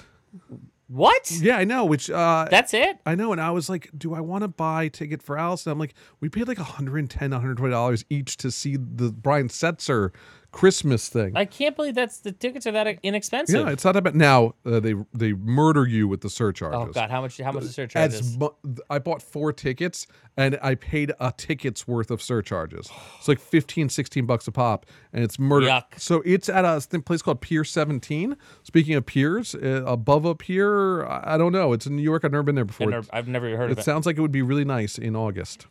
Speaker 2: What?
Speaker 1: Yeah, I know. Which uh,
Speaker 2: That's it.
Speaker 1: I know. And I was like, do I want to buy ticket for Allison? I'm like, we paid like 110 $120 each to see the Brian Setzer Christmas thing.
Speaker 2: I can't believe that's the tickets are that inexpensive.
Speaker 1: yeah, it's not about now. Uh, they they murder you with the surcharges.
Speaker 2: oh God, how much? How much the surcharge
Speaker 1: As
Speaker 2: is?
Speaker 1: mu- I bought four tickets and I paid a ticket's worth of surcharges. It's like 15, 16 bucks a pop, and it's murder.
Speaker 2: Yuck.
Speaker 1: So it's at a th- place called Pier 17. Speaking of piers, uh, above a pier, I I don't know. It's in New York. I've never been there before.
Speaker 2: I've never heard of
Speaker 1: It
Speaker 2: it.
Speaker 1: sounds like it would be really nice in August.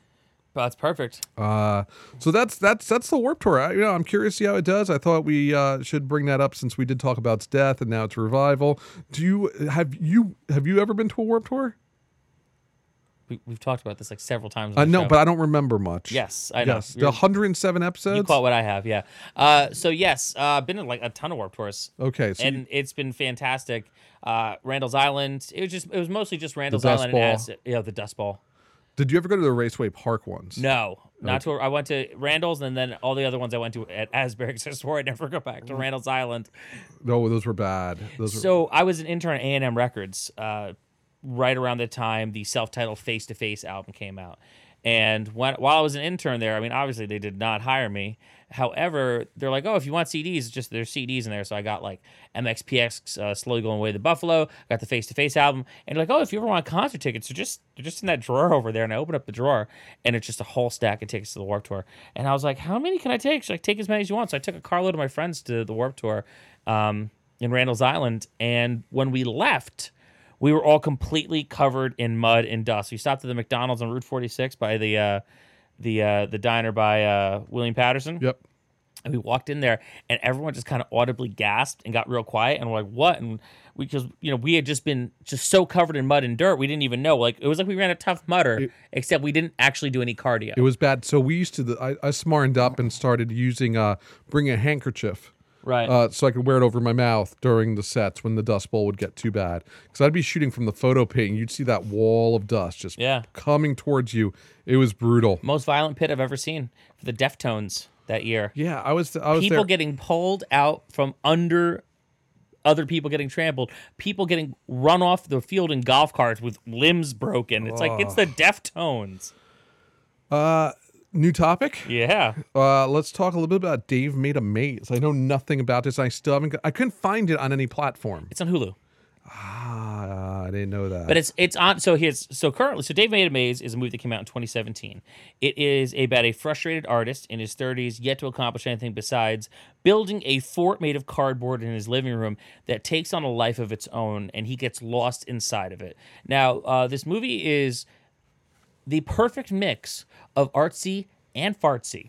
Speaker 2: That's perfect.
Speaker 1: Uh, so that's that's that's the Warp Tour. I, you know, I'm curious to see how it does. I thought we uh, should bring that up since we did talk about its death and now its revival. Do you have you have you ever been to a Warp Tour?
Speaker 2: We, we've talked about this like several times.
Speaker 1: Uh,
Speaker 2: on the
Speaker 1: no,
Speaker 2: show.
Speaker 1: but I don't remember much.
Speaker 2: yes, I know.
Speaker 1: Yes, the
Speaker 2: You're-
Speaker 1: 107 episodes.
Speaker 2: you caught what I have, yeah. Uh, so yes, uh, been in like a ton of warp tours.
Speaker 1: okay, so
Speaker 2: and it's been fantastic. Uh, Randall's Island. It was just. It was mostly just Randall's
Speaker 1: Dust
Speaker 2: Island.
Speaker 1: Bowl.
Speaker 2: And acid, yeah, the Dust Bowl.
Speaker 1: did you ever go to the Raceway Park ones?
Speaker 2: No, not to. I went to Randall's, and then all the other ones I went to at Asbury. 'cause I swore I'd never go back to
Speaker 1: Mm-hmm.
Speaker 2: Randall's Island.
Speaker 1: no, Oh, those were bad. Those were,
Speaker 2: So I was an intern at A and M Records, uh, right around the time the self-titled Face to Face album came out. And when, while I was an intern there, I mean, obviously they did not hire me. However, they're like, "Oh, if you want CDs, it's just there's CDs in there." So I got like MXPX, uh, "Slowly Going Away to Buffalo," got the Face to Face album, and they're like, "Oh, if you ever want concert tickets, they're just they're just in that drawer over there." And I open up the drawer, and it's just a whole stack of tickets to the Warp Tour. And I was like, "How many can I take?" She's like, "Take as many as you want." So I took a carload of my friends to the Warp Tour. Um, in Randall's Island. And when we left, we were all completely covered in mud and dust. We stopped at the McDonald's on Route 46 by the uh, the uh, the diner by uh, William Patterson.
Speaker 1: yep.
Speaker 2: And we walked in there, and everyone just kind of audibly gasped and got real quiet. And we're like, "What?" And we because you know we had just been just so covered in mud and dirt, we didn't even know. Like it was like we ran a tough mudder, except we didn't actually do any cardio.
Speaker 1: It was bad. So we used to. The, I, I smartened up and started using uh, bring a handkerchief.
Speaker 2: Right.
Speaker 1: Uh, so I could wear it over my mouth during the sets when the dust bowl would get too bad. Because I'd be shooting from the photo pit, and you'd see that wall of dust just
Speaker 2: Yeah.
Speaker 1: coming towards you. It was brutal.
Speaker 2: Most violent pit I've ever seen for the Deftones that year.
Speaker 1: Yeah, I was. I was
Speaker 2: people
Speaker 1: there.
Speaker 2: getting pulled out from under other people getting trampled, people getting run off the field in golf carts with limbs broken. It's like it's the Deftones.
Speaker 1: New topic.
Speaker 2: Yeah,
Speaker 1: Uh, let's talk a little bit about Dave made a maze. I know nothing about this. I still haven't. got- I couldn't find it on any platform.
Speaker 2: it's on Hulu,
Speaker 1: Ah, I didn't know that.
Speaker 2: but it's it's on. So here's so currently, so Dave Made a Maze is a movie that came out in 2017. It is about a frustrated artist in his 30s, yet to accomplish anything besides building a fort made of cardboard in his living room that takes on a life of its own, and he gets lost inside of it. Now, uh, this movie is. the perfect mix of artsy and fartsy.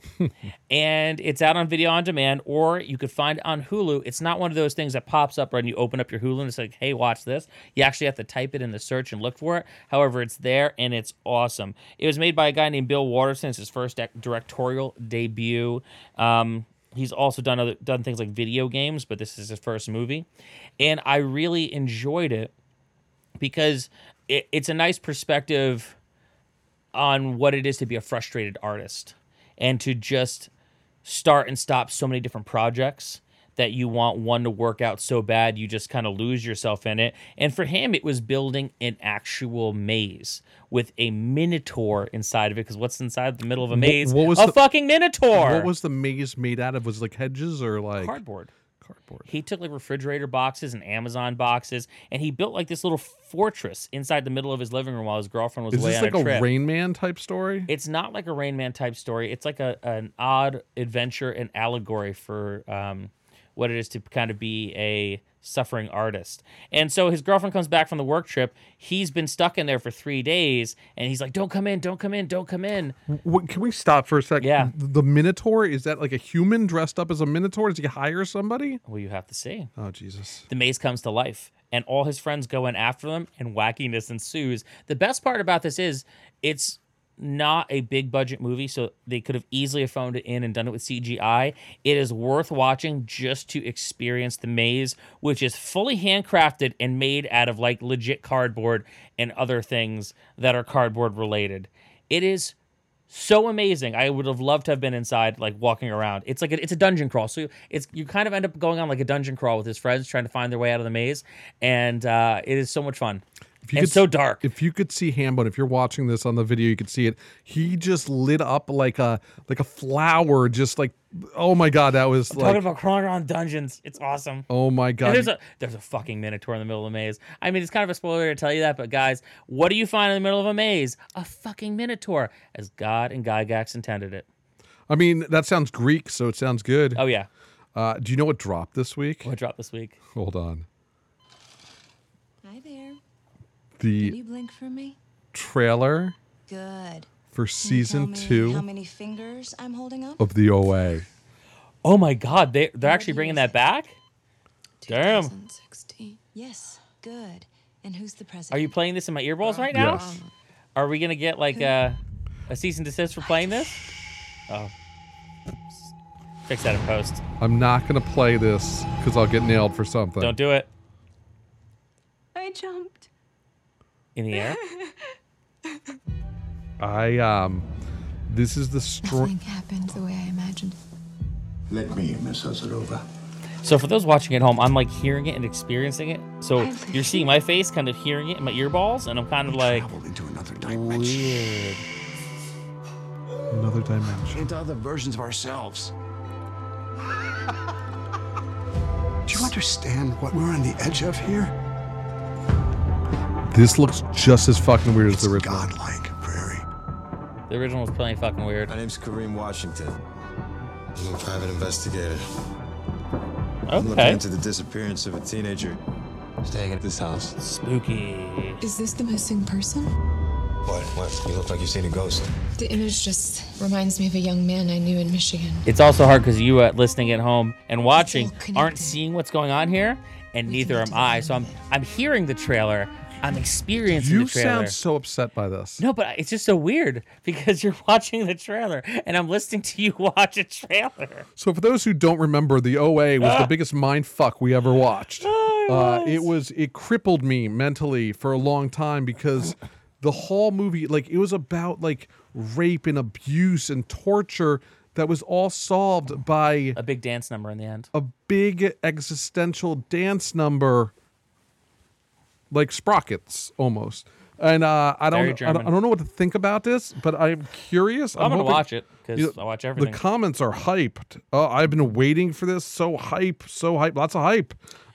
Speaker 2: and it's out on video on demand, or you could find it on Hulu. It's not one of those things that pops up when you open up your Hulu and it's like, hey, watch this. You actually have to type it in the search and look for it. However, it's there and it's awesome. It was made by a guy named Bill Watterson. It's his first ac- directorial debut. Um, he's also done other done things like video games, but this is his first movie. And I really enjoyed it because it, it's a nice perspective on what it is to be a frustrated artist and to just start and stop so many different projects that you want one to work out so bad you just kind of lose yourself in it. And for him, it was building an actual maze with a minotaur inside of it. Because what's inside the middle of a maze?
Speaker 1: what was
Speaker 2: a
Speaker 1: the-
Speaker 2: fucking minotaur.
Speaker 1: what was the maze made out of? Was it like hedges or like
Speaker 2: cardboard?
Speaker 1: cardboard?
Speaker 2: He took like refrigerator boxes and Amazon boxes, and he built like this little fortress inside the middle of his living room while his girlfriend was
Speaker 1: Is
Speaker 2: away
Speaker 1: this
Speaker 2: on
Speaker 1: like
Speaker 2: a
Speaker 1: a,
Speaker 2: trip.
Speaker 1: Rain Man type story?
Speaker 2: it's not like a Rain Man type story. It's like a an odd adventure and allegory for um, what it is to kind of be a suffering artist. And so his girlfriend comes back from the work trip. He's been stuck in there for three days, and he's like, "Don't come in! Don't come in! Don't come in!"
Speaker 1: What, can we stop for a second?
Speaker 2: Yeah.
Speaker 1: The Minotaur is that like a human dressed up as a Minotaur? Does he hire somebody?
Speaker 2: Well, you have to see.
Speaker 1: Oh Jesus!
Speaker 2: the maze comes to life and all his friends go in after them and wackiness ensues the best part about this is it's not a big budget movie so they could have easily have phoned it in and done it with cgi it is worth watching just to experience the maze which is fully handcrafted and made out of like legit cardboard and other things that are cardboard related it is so amazing. I would have loved to have been inside, like walking around. It's like a, it's a dungeon crawl. So it's you kind of end up going on like a dungeon crawl with his friends, trying to find their way out of the maze, and uh, it is so much fun.
Speaker 1: you
Speaker 2: and
Speaker 1: could-
Speaker 2: so dark.
Speaker 1: If you could see Hambone, if you're watching this on the video, you could see it. He just lit up like a like a flower. Just like oh my god, that was like
Speaker 2: Talking about crawling around dungeons, it's awesome.
Speaker 1: oh my
Speaker 2: And
Speaker 1: god.
Speaker 2: there's a there's a fucking minotaur in the middle of the maze. I mean, it's kind of a spoiler to tell you that, but guys, what do you find in the middle of a maze? A fucking minotaur, as God and Gygax intended it.
Speaker 1: I mean, that sounds Greek, so it sounds good.
Speaker 2: Oh yeah,
Speaker 1: Uh, do you know what dropped this week?
Speaker 2: what dropped this week?
Speaker 1: Hold on.
Speaker 3: Hi there. Can
Speaker 1: The
Speaker 3: you blink for me?
Speaker 1: trailer
Speaker 3: Good.
Speaker 1: for for season two
Speaker 3: How many fingers I'm holding up?
Speaker 1: of the OA.
Speaker 2: Oh my God, they they're actually bringing that back. Damn.
Speaker 4: 2016.
Speaker 3: Yes, good. And who's the president?
Speaker 2: Are you playing this in my earballs right now?
Speaker 1: Yes.
Speaker 2: Are we gonna get like a, a cease and desist for playing this? Oh, fix that in post.
Speaker 1: I'm not gonna play this because I'll get nailed for something.
Speaker 2: Don't do it
Speaker 4: I jumped.
Speaker 2: in the air.
Speaker 1: I um, this is the str-
Speaker 4: Nothing happened the way I imagined.
Speaker 5: Let me, Miss Ozarova.
Speaker 2: So for those watching at home, I'm like hearing it and experiencing it. So
Speaker 4: I
Speaker 2: you're seeing my face, kind of hearing it in my earballs, and I'm kind of like
Speaker 5: Travel into another dimension.
Speaker 2: weird.
Speaker 1: another dimension.
Speaker 5: Into other versions of ourselves. Do you understand what we're on the edge of here?
Speaker 1: This looks just as fucking weird as
Speaker 5: It's
Speaker 1: the original.
Speaker 5: godlike prairie.
Speaker 2: The original was playing fucking weird.
Speaker 6: My name's Kareem Washington. I'm a private investigator. I'm looking
Speaker 2: Okay,
Speaker 6: into the disappearance of a teenager staying at this house.
Speaker 2: spooky.
Speaker 4: Is this the missing person?
Speaker 6: What? What? You look like you've seen a ghost.
Speaker 4: The image just reminds me of a young man I knew in Michigan.
Speaker 2: It's also hard because you uh, listening at home and watching
Speaker 4: all connected.
Speaker 2: aren't seeing what's going on here, and
Speaker 4: We
Speaker 2: neither am
Speaker 4: connected
Speaker 2: I.
Speaker 4: in
Speaker 2: So I'm
Speaker 4: a way.
Speaker 2: I'm hearing the trailer, I'm experiencing
Speaker 1: You
Speaker 2: the trailer.
Speaker 1: sound so upset by this.
Speaker 2: no, but it's just so weird because you're watching the trailer and I'm listening to you watch a trailer.
Speaker 1: So for those who don't remember, the OA was the biggest mind fuck we ever watched. Uh, it was it crippled me mentally for a long time because the whole movie like it was about like rape and abuse and torture that was all solved by
Speaker 2: A big dance number in the end.
Speaker 1: a big existential dance number like sprockets almost. And uh, I don't, I
Speaker 2: Very
Speaker 1: don't,
Speaker 2: German.
Speaker 1: I don't know what to think about this, but I'm curious.
Speaker 2: I'm gonna
Speaker 1: hoping-
Speaker 2: watch it because
Speaker 1: you know,
Speaker 2: I watch everything.
Speaker 1: The comments are hyped. Oh, I've been waiting for this. So hype, so hype, lots of hype.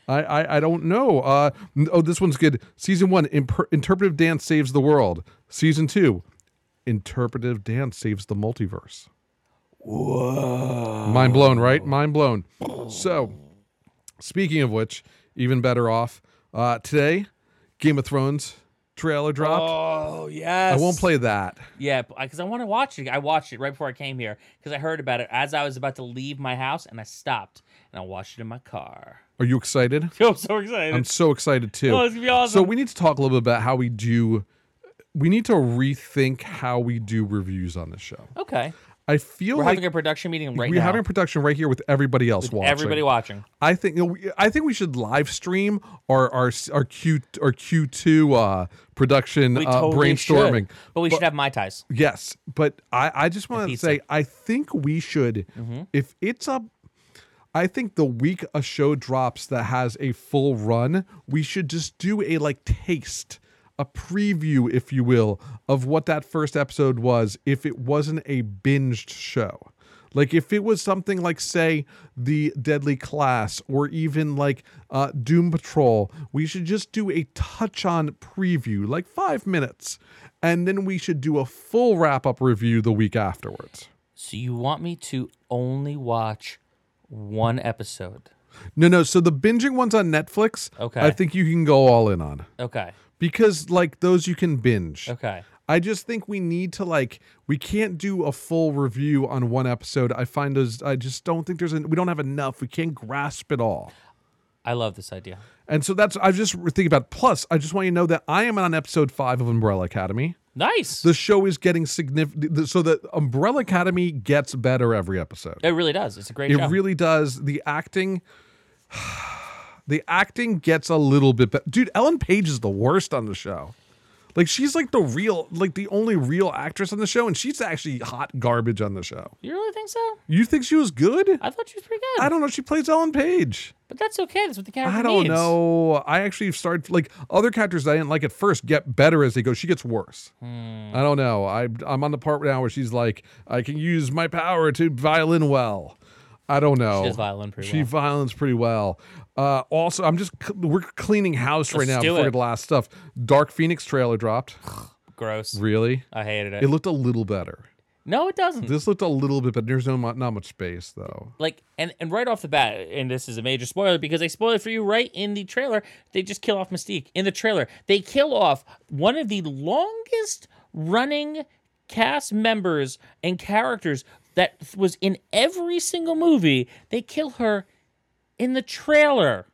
Speaker 1: I, I, I don't know. Uh, n- oh, this one's good. Season one, imper- interpretive dance saves the world. Season two, interpretive dance saves the multiverse. Whoa! Mind blown, right? Mind blown. So, speaking of which, even better off uh, today. Game of Thrones trailer dropped.
Speaker 2: oh yes.
Speaker 1: I won't play that.
Speaker 2: Yeah, because I want to watch it. I watched it right before I came here because I heard about it as I was about to leave my house and I stopped and I watched it in my car.
Speaker 1: Are you excited?
Speaker 2: I'm so excited.
Speaker 1: I'm so excited too.
Speaker 2: Oh, it's gonna be awesome.
Speaker 1: So we need to talk a little bit about how we do. We need to rethink how we do reviews on this show.
Speaker 2: okay.
Speaker 1: I feel
Speaker 2: We're
Speaker 1: like
Speaker 2: having a production meeting right
Speaker 1: we're
Speaker 2: now.
Speaker 1: having production right here with everybody else watching.
Speaker 2: Everybody watching.
Speaker 1: I think you know, we- I think we should live stream our our our Q our Q two uh, production
Speaker 2: We
Speaker 1: uh,
Speaker 2: totally
Speaker 1: brainstorming.
Speaker 2: Should. But we should have Mai Tais.
Speaker 1: Yes, but I, I just want to
Speaker 2: pizza. Mm-hmm.
Speaker 1: say I think we should if it's a I think the week a show drops that has a full run, we should just do a like taste, a preview if you will, of what that first episode was if it wasn't a binged show. Like if it was something like say the Deadly Class or even like uh, Doom Patrol, we should just do a touch on preview, like five minutes, and then we should do a full wrap up review the week afterwards.
Speaker 2: So you want me to only watch one episode?
Speaker 1: No, no. So the binging ones on Netflix,
Speaker 2: Okay.
Speaker 1: I think you can go all in on
Speaker 2: Okay.
Speaker 1: because like those you can binge.
Speaker 2: Okay.
Speaker 1: I just think we need to like we can't do a full review on one episode. I find those I just don't think there's an, we don't have enough. We can't grasp it all.
Speaker 2: I love this idea.
Speaker 1: And so that's I was just thinking about. Plus, I just want you to know that I am on episode five of Umbrella Academy.
Speaker 2: Nice.
Speaker 1: The show is getting significant. So the Umbrella Academy gets better every episode.
Speaker 2: it really does. It's a great
Speaker 1: It
Speaker 2: show.
Speaker 1: really does. The acting, the acting gets a little bit better. Dude, Ellen Page is the worst on the show. Like she's like the real, like the only real actress on the show, and she's actually hot garbage on the show.
Speaker 2: you really think so?
Speaker 1: You think she was good?
Speaker 2: I thought she was pretty good.
Speaker 1: I don't know. She plays Ellen Page.
Speaker 2: but that's okay. That's what the character
Speaker 1: I don't
Speaker 2: needs.
Speaker 1: know. I actually started like other characters that I didn't like at first get better as they go. She gets worse.
Speaker 2: Hmm.
Speaker 1: I don't know. I I'm on the part now where she's like, I can use my power to violin well. I don't know.
Speaker 2: does violin pretty
Speaker 1: She
Speaker 2: well.
Speaker 1: violins pretty well. Uh, also, I'm just c- we're cleaning house right
Speaker 2: Let's
Speaker 1: now
Speaker 2: do
Speaker 1: before
Speaker 2: it.
Speaker 1: the last stuff. Dark Phoenix trailer dropped.
Speaker 2: Gross.
Speaker 1: Really?
Speaker 2: I hated it.
Speaker 1: It looked a little better.
Speaker 2: no, it doesn't.
Speaker 1: This looked a little bit, but there's no mu- not much space though.
Speaker 2: like and, and right off the bat, and this is a major spoiler because they spoil it for you right in the trailer. They just kill off Mystique in the trailer. They kill off one of the longest running cast members and characters that was in every single movie. They kill her in the trailer.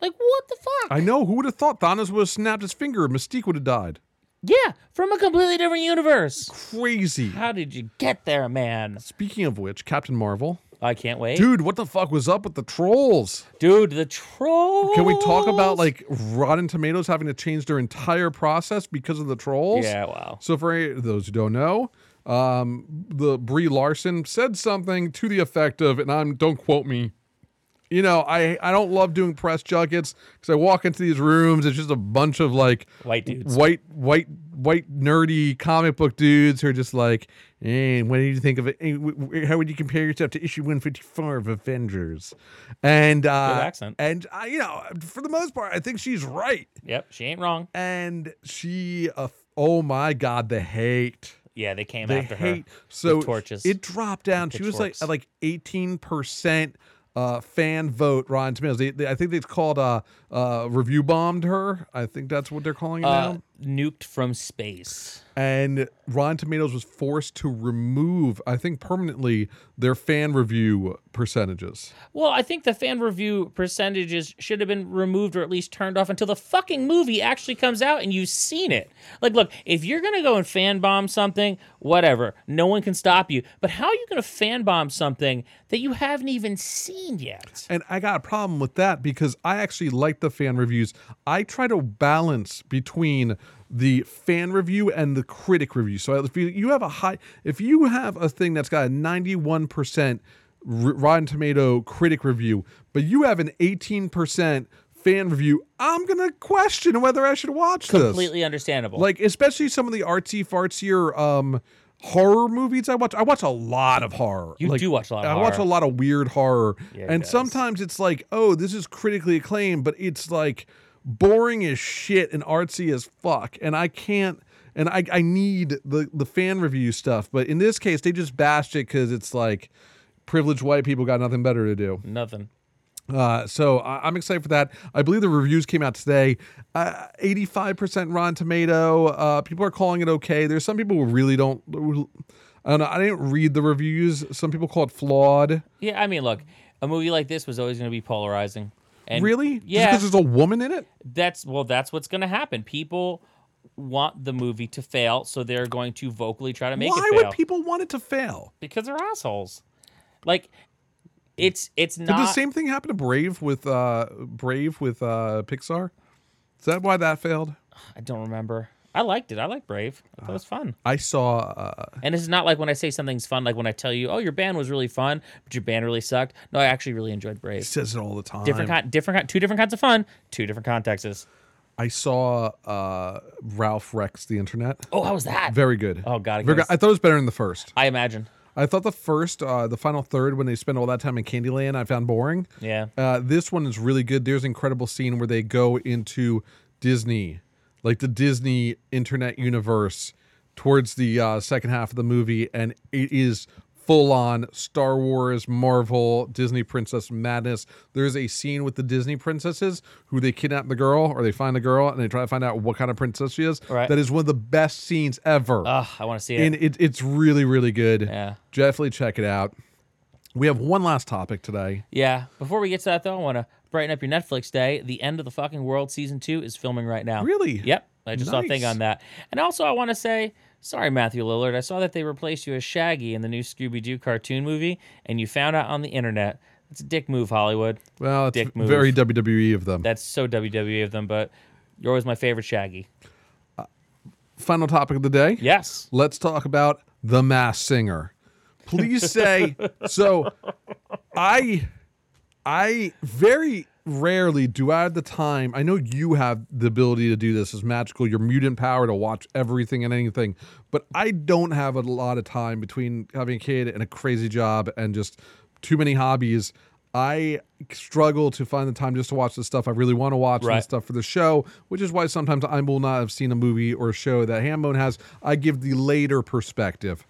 Speaker 2: Like what the fuck?
Speaker 1: I know. Who would have thought Thanos would have snapped his finger? and Mystique would have died.
Speaker 2: yeah, from a completely different universe.
Speaker 1: Crazy.
Speaker 2: How did you get there, man?
Speaker 1: Speaking of which, Captain Marvel.
Speaker 2: I can't wait.
Speaker 1: Dude, what the fuck was up with the trolls?
Speaker 2: Dude, the troll.
Speaker 1: Can we talk about like Rotten Tomatoes having to change their entire process because of the trolls?
Speaker 2: Yeah, wow.
Speaker 1: So for any- those who don't know, um, the Brie Larson said something to the effect of, and I'm don't quote me. You know, I I don't love doing press junkets because I walk into these rooms, it's just a bunch of like
Speaker 2: White dudes.
Speaker 1: white white white nerdy comic book dudes who are just like, hey, what do you think of it? Eh, w- w- How would you compare yourself to issue 154 of Avengers? And uh,
Speaker 2: Good accent.
Speaker 1: And I, you know, for the most part, I think she's right.
Speaker 2: Yep, she ain't wrong.
Speaker 1: And she, uh, oh my god, the hate.
Speaker 2: Yeah, they came
Speaker 1: They
Speaker 2: after
Speaker 1: hate.
Speaker 2: her.
Speaker 1: So
Speaker 2: with torches.
Speaker 1: it dropped down. She was like
Speaker 2: pitchforks.
Speaker 1: at like eighteen percent uh, fan vote Rotten Tomatoes. They, they, I think it's called uh, uh, review bombed her. I think that's what they're calling it
Speaker 2: uh,
Speaker 1: now.
Speaker 2: nuked from space.
Speaker 1: And Rotten Tomatoes was forced to remove, I think, permanently their fan review percentages.
Speaker 2: Well, I think the fan review percentages should have been removed or at least turned off until the fucking movie actually comes out and you've seen it. Like, look, if you're gonna go and fanbomb something, whatever, no one can stop you. But how are you gonna fanbomb something that you haven't even seen yet?
Speaker 1: And I got a problem with that because I actually like the fan reviews. I try to balance between the fan review and the critic review. So if you, you have a high, if you have a thing that's got a 91% R- Rotten Tomato critic review, but you have an 18% fan review, I'm going to question whether I should watch this.
Speaker 2: Completely understandable.
Speaker 1: Like especially some of the artsy fartsier um horror movies I watch. I watch a lot of horror.
Speaker 2: You
Speaker 1: Like,
Speaker 2: do watch a lot of
Speaker 1: I watch a
Speaker 2: horror.
Speaker 1: lot of weird horror.
Speaker 2: he
Speaker 1: and
Speaker 2: does.
Speaker 1: sometimes it's like, oh, this is critically acclaimed, but it's like boring as shit and artsy as fuck. And I can't and I, I need the, the fan review stuff. But in this case, they just bashed it because it's like privileged white people got nothing better to do.
Speaker 2: Nothing.
Speaker 1: Uh, so I, I'm excited for that. I believe the reviews came out today. Uh, 85% Rotten Tomato. Uh, people are calling it okay. There's some people who really don't. who- I don't know. I didn't read the reviews. Some people call it flawed.
Speaker 2: Yeah, I mean, look, a movie like this was always gonna be polarizing. And
Speaker 1: really?
Speaker 2: Yeah.
Speaker 1: Because there's a woman in it.
Speaker 2: that's well that's what's going to happen people want the movie to fail so they're going to vocally try to make
Speaker 1: Why
Speaker 2: it fail
Speaker 1: would people want it to fail?
Speaker 2: because they're assholes like it's it's
Speaker 1: Did
Speaker 2: not
Speaker 1: the same thing happen to Brave with uh, Brave with uh, Pixar? Is that why that failed?
Speaker 2: i don't remember i liked it i like brave i thought it was fun
Speaker 1: I saw. Uh,
Speaker 2: and it's not like when i say something's fun like when i tell you oh your band was really fun but your band really sucked no i actually really enjoyed
Speaker 1: he
Speaker 2: brave
Speaker 1: says it all the time.
Speaker 2: different kind different kind two different kinds of fun two different contexts
Speaker 1: I saw uh, Ralph Rex the Internet.
Speaker 2: oh how was that
Speaker 1: Very good.
Speaker 2: Oh, God, I
Speaker 1: Very good.
Speaker 2: guess.
Speaker 1: I thought it was better than the first.
Speaker 2: i imagine
Speaker 1: I thought the first, uh, the final third, when they spend all that time in Candyland, I found boring.
Speaker 2: Yeah.
Speaker 1: Uh, this one is really good. There's an incredible scene where they go into Disney, like the Disney internet universe, towards the uh, second half of the movie, and it is full on Star Wars, Marvel, Disney princess madness. There's a scene with the Disney princesses who they kidnap the girl, or they find the girl, and they try to find out what kind of princess she is.
Speaker 2: Right. Oh,
Speaker 1: That is one of the best scenes ever
Speaker 2: Ugh, i want to see it
Speaker 1: and it, it's really really good
Speaker 2: Yeah.
Speaker 1: definitely check it out we have one last topic today
Speaker 2: Yeah. Before we get to that, though, I want to brighten up your Netflix day. The End of the Fucking World season two is filming right now.
Speaker 1: Really?
Speaker 2: Yep. I just saw a
Speaker 1: Nice.
Speaker 2: thing on that. And also, I want to say, sorry, Matthew Lillard. I saw that they replaced you as Shaggy in the new Scooby Doo cartoon movie, and you found out on the internet. It's a dick move, Hollywood.
Speaker 1: well it's
Speaker 2: Dick move.
Speaker 1: very wwe of them
Speaker 2: That's so WWE of them, but you're always my favorite Shaggy.
Speaker 1: final topic of the day
Speaker 2: Yes.
Speaker 1: let's talk about the mass singer please say so i i very rarely do i have the time i know you have the ability to do this is magical your mutant power to watch everything and anything but i don't have a lot of time between having a kid and a crazy job and just too many hobbies i struggle to find the time just to watch the stuff i really want to watch and the
Speaker 2: Right.
Speaker 1: stuff for the show which is why sometimes i will not have seen a movie or a show that hambone has i give the later perspective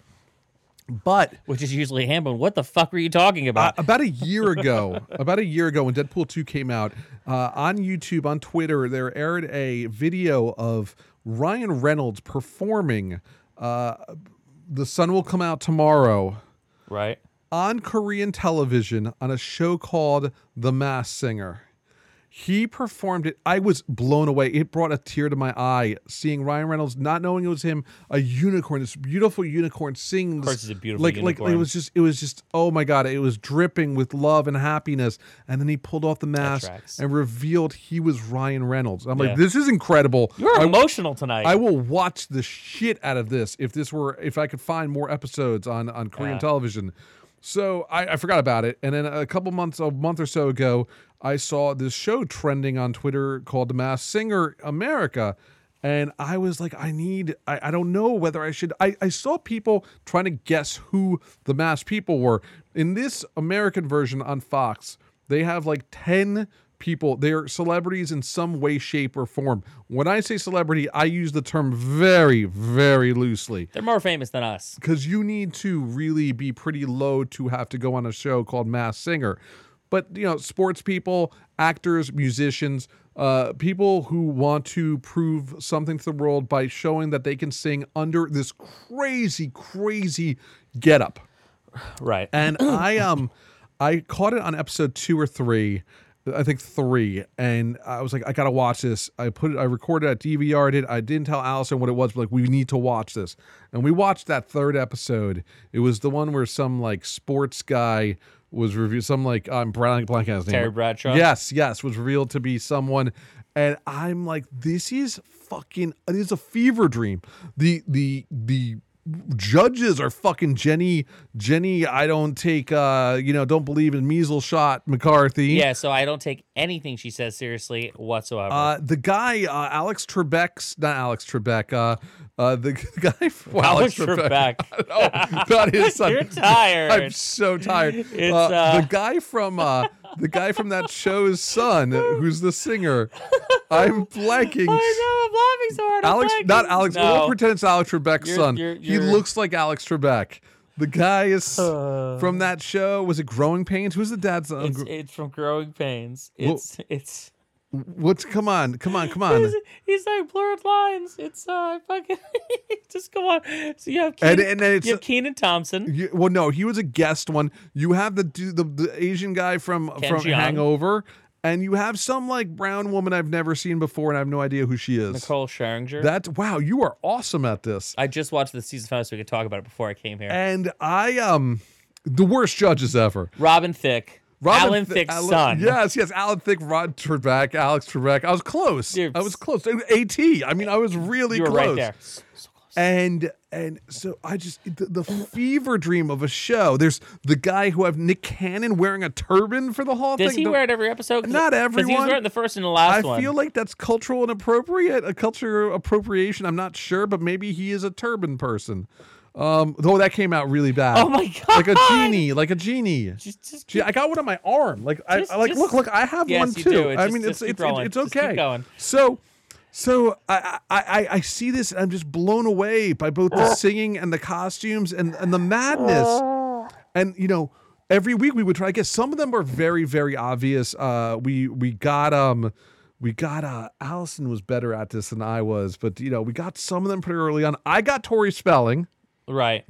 Speaker 1: but
Speaker 2: Which is usually Hambone. What the fuck were you talking about?
Speaker 1: uh, about a year ago, about a year ago, when Deadpool 2 came out, uh, on YouTube, on Twitter, there aired a video of Ryan Reynolds performing uh, The sun will come out tomorrow
Speaker 2: right?
Speaker 1: on Korean television on a show called The Mass Singer. He performed it. I was blown away. It brought a tear to my eye seeing Ryan Reynolds, not knowing it was him, a unicorn, this beautiful unicorn sings. Of
Speaker 2: course it's a beautiful
Speaker 1: like, Like it
Speaker 2: unicorn.
Speaker 1: was just, it was just, oh my god, it was dripping with love and happiness. And then he pulled off the mask
Speaker 2: tracks.
Speaker 1: and revealed he was Ryan Reynolds. I'm
Speaker 2: Yeah.
Speaker 1: like, this is incredible.
Speaker 2: You're
Speaker 1: I-
Speaker 2: emotional tonight.
Speaker 1: I will watch the shit out of this if this were if I could find more episodes on on Korean
Speaker 2: Yeah.
Speaker 1: television. So I, I forgot about it, and then a couple months, a month or so ago, I saw this show trending on Twitter called The Masked Singer America, and I was like, I need, I, I don't know whether I should. I, I saw people trying to guess who the masked people were in this American version on Fox. They have like 10 people. They're celebrities in some way, shape, or form. When I say celebrity, I use the term very, very loosely
Speaker 2: They're more famous than us.
Speaker 1: because you need to really be pretty low to have to go on a show called Mass Singer. But, you know, sports people, actors, musicians, uh, people who want to prove something to the world by showing that they can sing under this crazy, crazy getup.
Speaker 2: Right.
Speaker 1: And I um I caught it on episode two or three, I think three, and I was like, I gotta watch this. I put it, I recorded, I DVR'd it. I didn't tell Allison what it was, but like we need to watch this. And we watched that third episode. It was the one where some like sports guy was reviewed some like I'm blanking blanking on his name.
Speaker 2: Terry Bradshaw?
Speaker 1: Yes, yes, was revealed to be someone, and I'm like, this is fucking. It is a fever dream. The the the judges are fucking Jenny Jenny. I don't take uh you know don't believe in measles shot McCarthy.
Speaker 2: yeah, so I don't take anything she says seriously whatsoever.
Speaker 1: Uh, the guy, uh, Alex Trebek's not Alex Trebek. Uh, uh, the guy, well,
Speaker 2: Alex Trebek.
Speaker 1: no, Oh, not his son.
Speaker 2: You're tired.
Speaker 1: I'm so tired.
Speaker 2: It's,
Speaker 1: Uh,
Speaker 2: uh,
Speaker 1: the guy from uh, the guy from that show's son, who's the singer. I'm blanking.
Speaker 2: I know, I'm laughing so hard. I'm
Speaker 1: Alex,
Speaker 2: blanking.
Speaker 1: not Alex.
Speaker 2: No.
Speaker 1: We'll pretend it's Alex Trebek's
Speaker 2: You're-
Speaker 1: son.
Speaker 2: you're-
Speaker 1: he
Speaker 2: you're-
Speaker 1: looks like Alex Trebek. The guy is from that show. Was it Growing Pains? Who's the dad's? son?
Speaker 2: Uh. It's, it's from Growing Pains. It's it's.
Speaker 1: What's? Come on, come on, come on.
Speaker 2: He's like blurred lines. It's uh fucking just go on. So you have Keenan,
Speaker 1: And- and then it's-
Speaker 2: you have Keenan Thompson.
Speaker 1: You, well, no, he was a guest one. You have the du- the, the Asian guy from from
Speaker 2: Jeong.
Speaker 1: Hangover, and you have some like brown woman I've never seen before, and I have no idea who she is.
Speaker 2: Nicole Scherzinger.
Speaker 1: That wow, you are awesome at this.
Speaker 2: I just watched the season finale, so we could talk about it before I came here.
Speaker 1: And I um, the worst judges ever.
Speaker 2: Robin Thicke,
Speaker 1: Robin
Speaker 2: Alan
Speaker 1: Thi-
Speaker 2: Thicke's
Speaker 1: Alan-
Speaker 2: son.
Speaker 1: Yes, yes. Alan Thicke, Rod Trebek, Alex Trebek. I was close.
Speaker 2: You're-
Speaker 1: I was close. At. I mean, I was really
Speaker 2: you were
Speaker 1: close.
Speaker 2: right there.
Speaker 1: and and so I just the, the fever dream of a show. There's the guy who have Nick Cannon wearing a turban for the whole
Speaker 2: Does
Speaker 1: thing.
Speaker 2: he
Speaker 1: The-
Speaker 2: wear it every episode? 'Cause-
Speaker 1: Not
Speaker 2: 'cause He was
Speaker 1: everyone.
Speaker 2: wearing it the first and the last
Speaker 1: I
Speaker 2: one.
Speaker 1: feel like that's cultural inappropriate, a culture appropriation. I'm not sure, but maybe he is a turban person. Um, though that came out really bad.
Speaker 2: Oh my
Speaker 1: Like a
Speaker 2: God.
Speaker 1: genie, like a genie.
Speaker 2: Just- just
Speaker 1: Gee, I got one on my arm. Like I,
Speaker 2: Just-
Speaker 1: I like
Speaker 2: just-
Speaker 1: look, look. I have
Speaker 2: Yes,
Speaker 1: one
Speaker 2: you
Speaker 1: too.
Speaker 2: do.
Speaker 1: I
Speaker 2: Just-
Speaker 1: mean,
Speaker 2: just keep
Speaker 1: it's it's,
Speaker 2: rolling.
Speaker 1: it's
Speaker 2: Just
Speaker 1: okay.
Speaker 2: keep going.
Speaker 1: So, so I, I I I see this and I'm just blown away by both the singing and the costumes and and the madness. And you know, every week we would try. I guess some of them are very very obvious. Uh, we we got um. We got uh Allison was better at this than I was, but you know, we got some of them pretty early on. I got Tori spelling.
Speaker 2: right.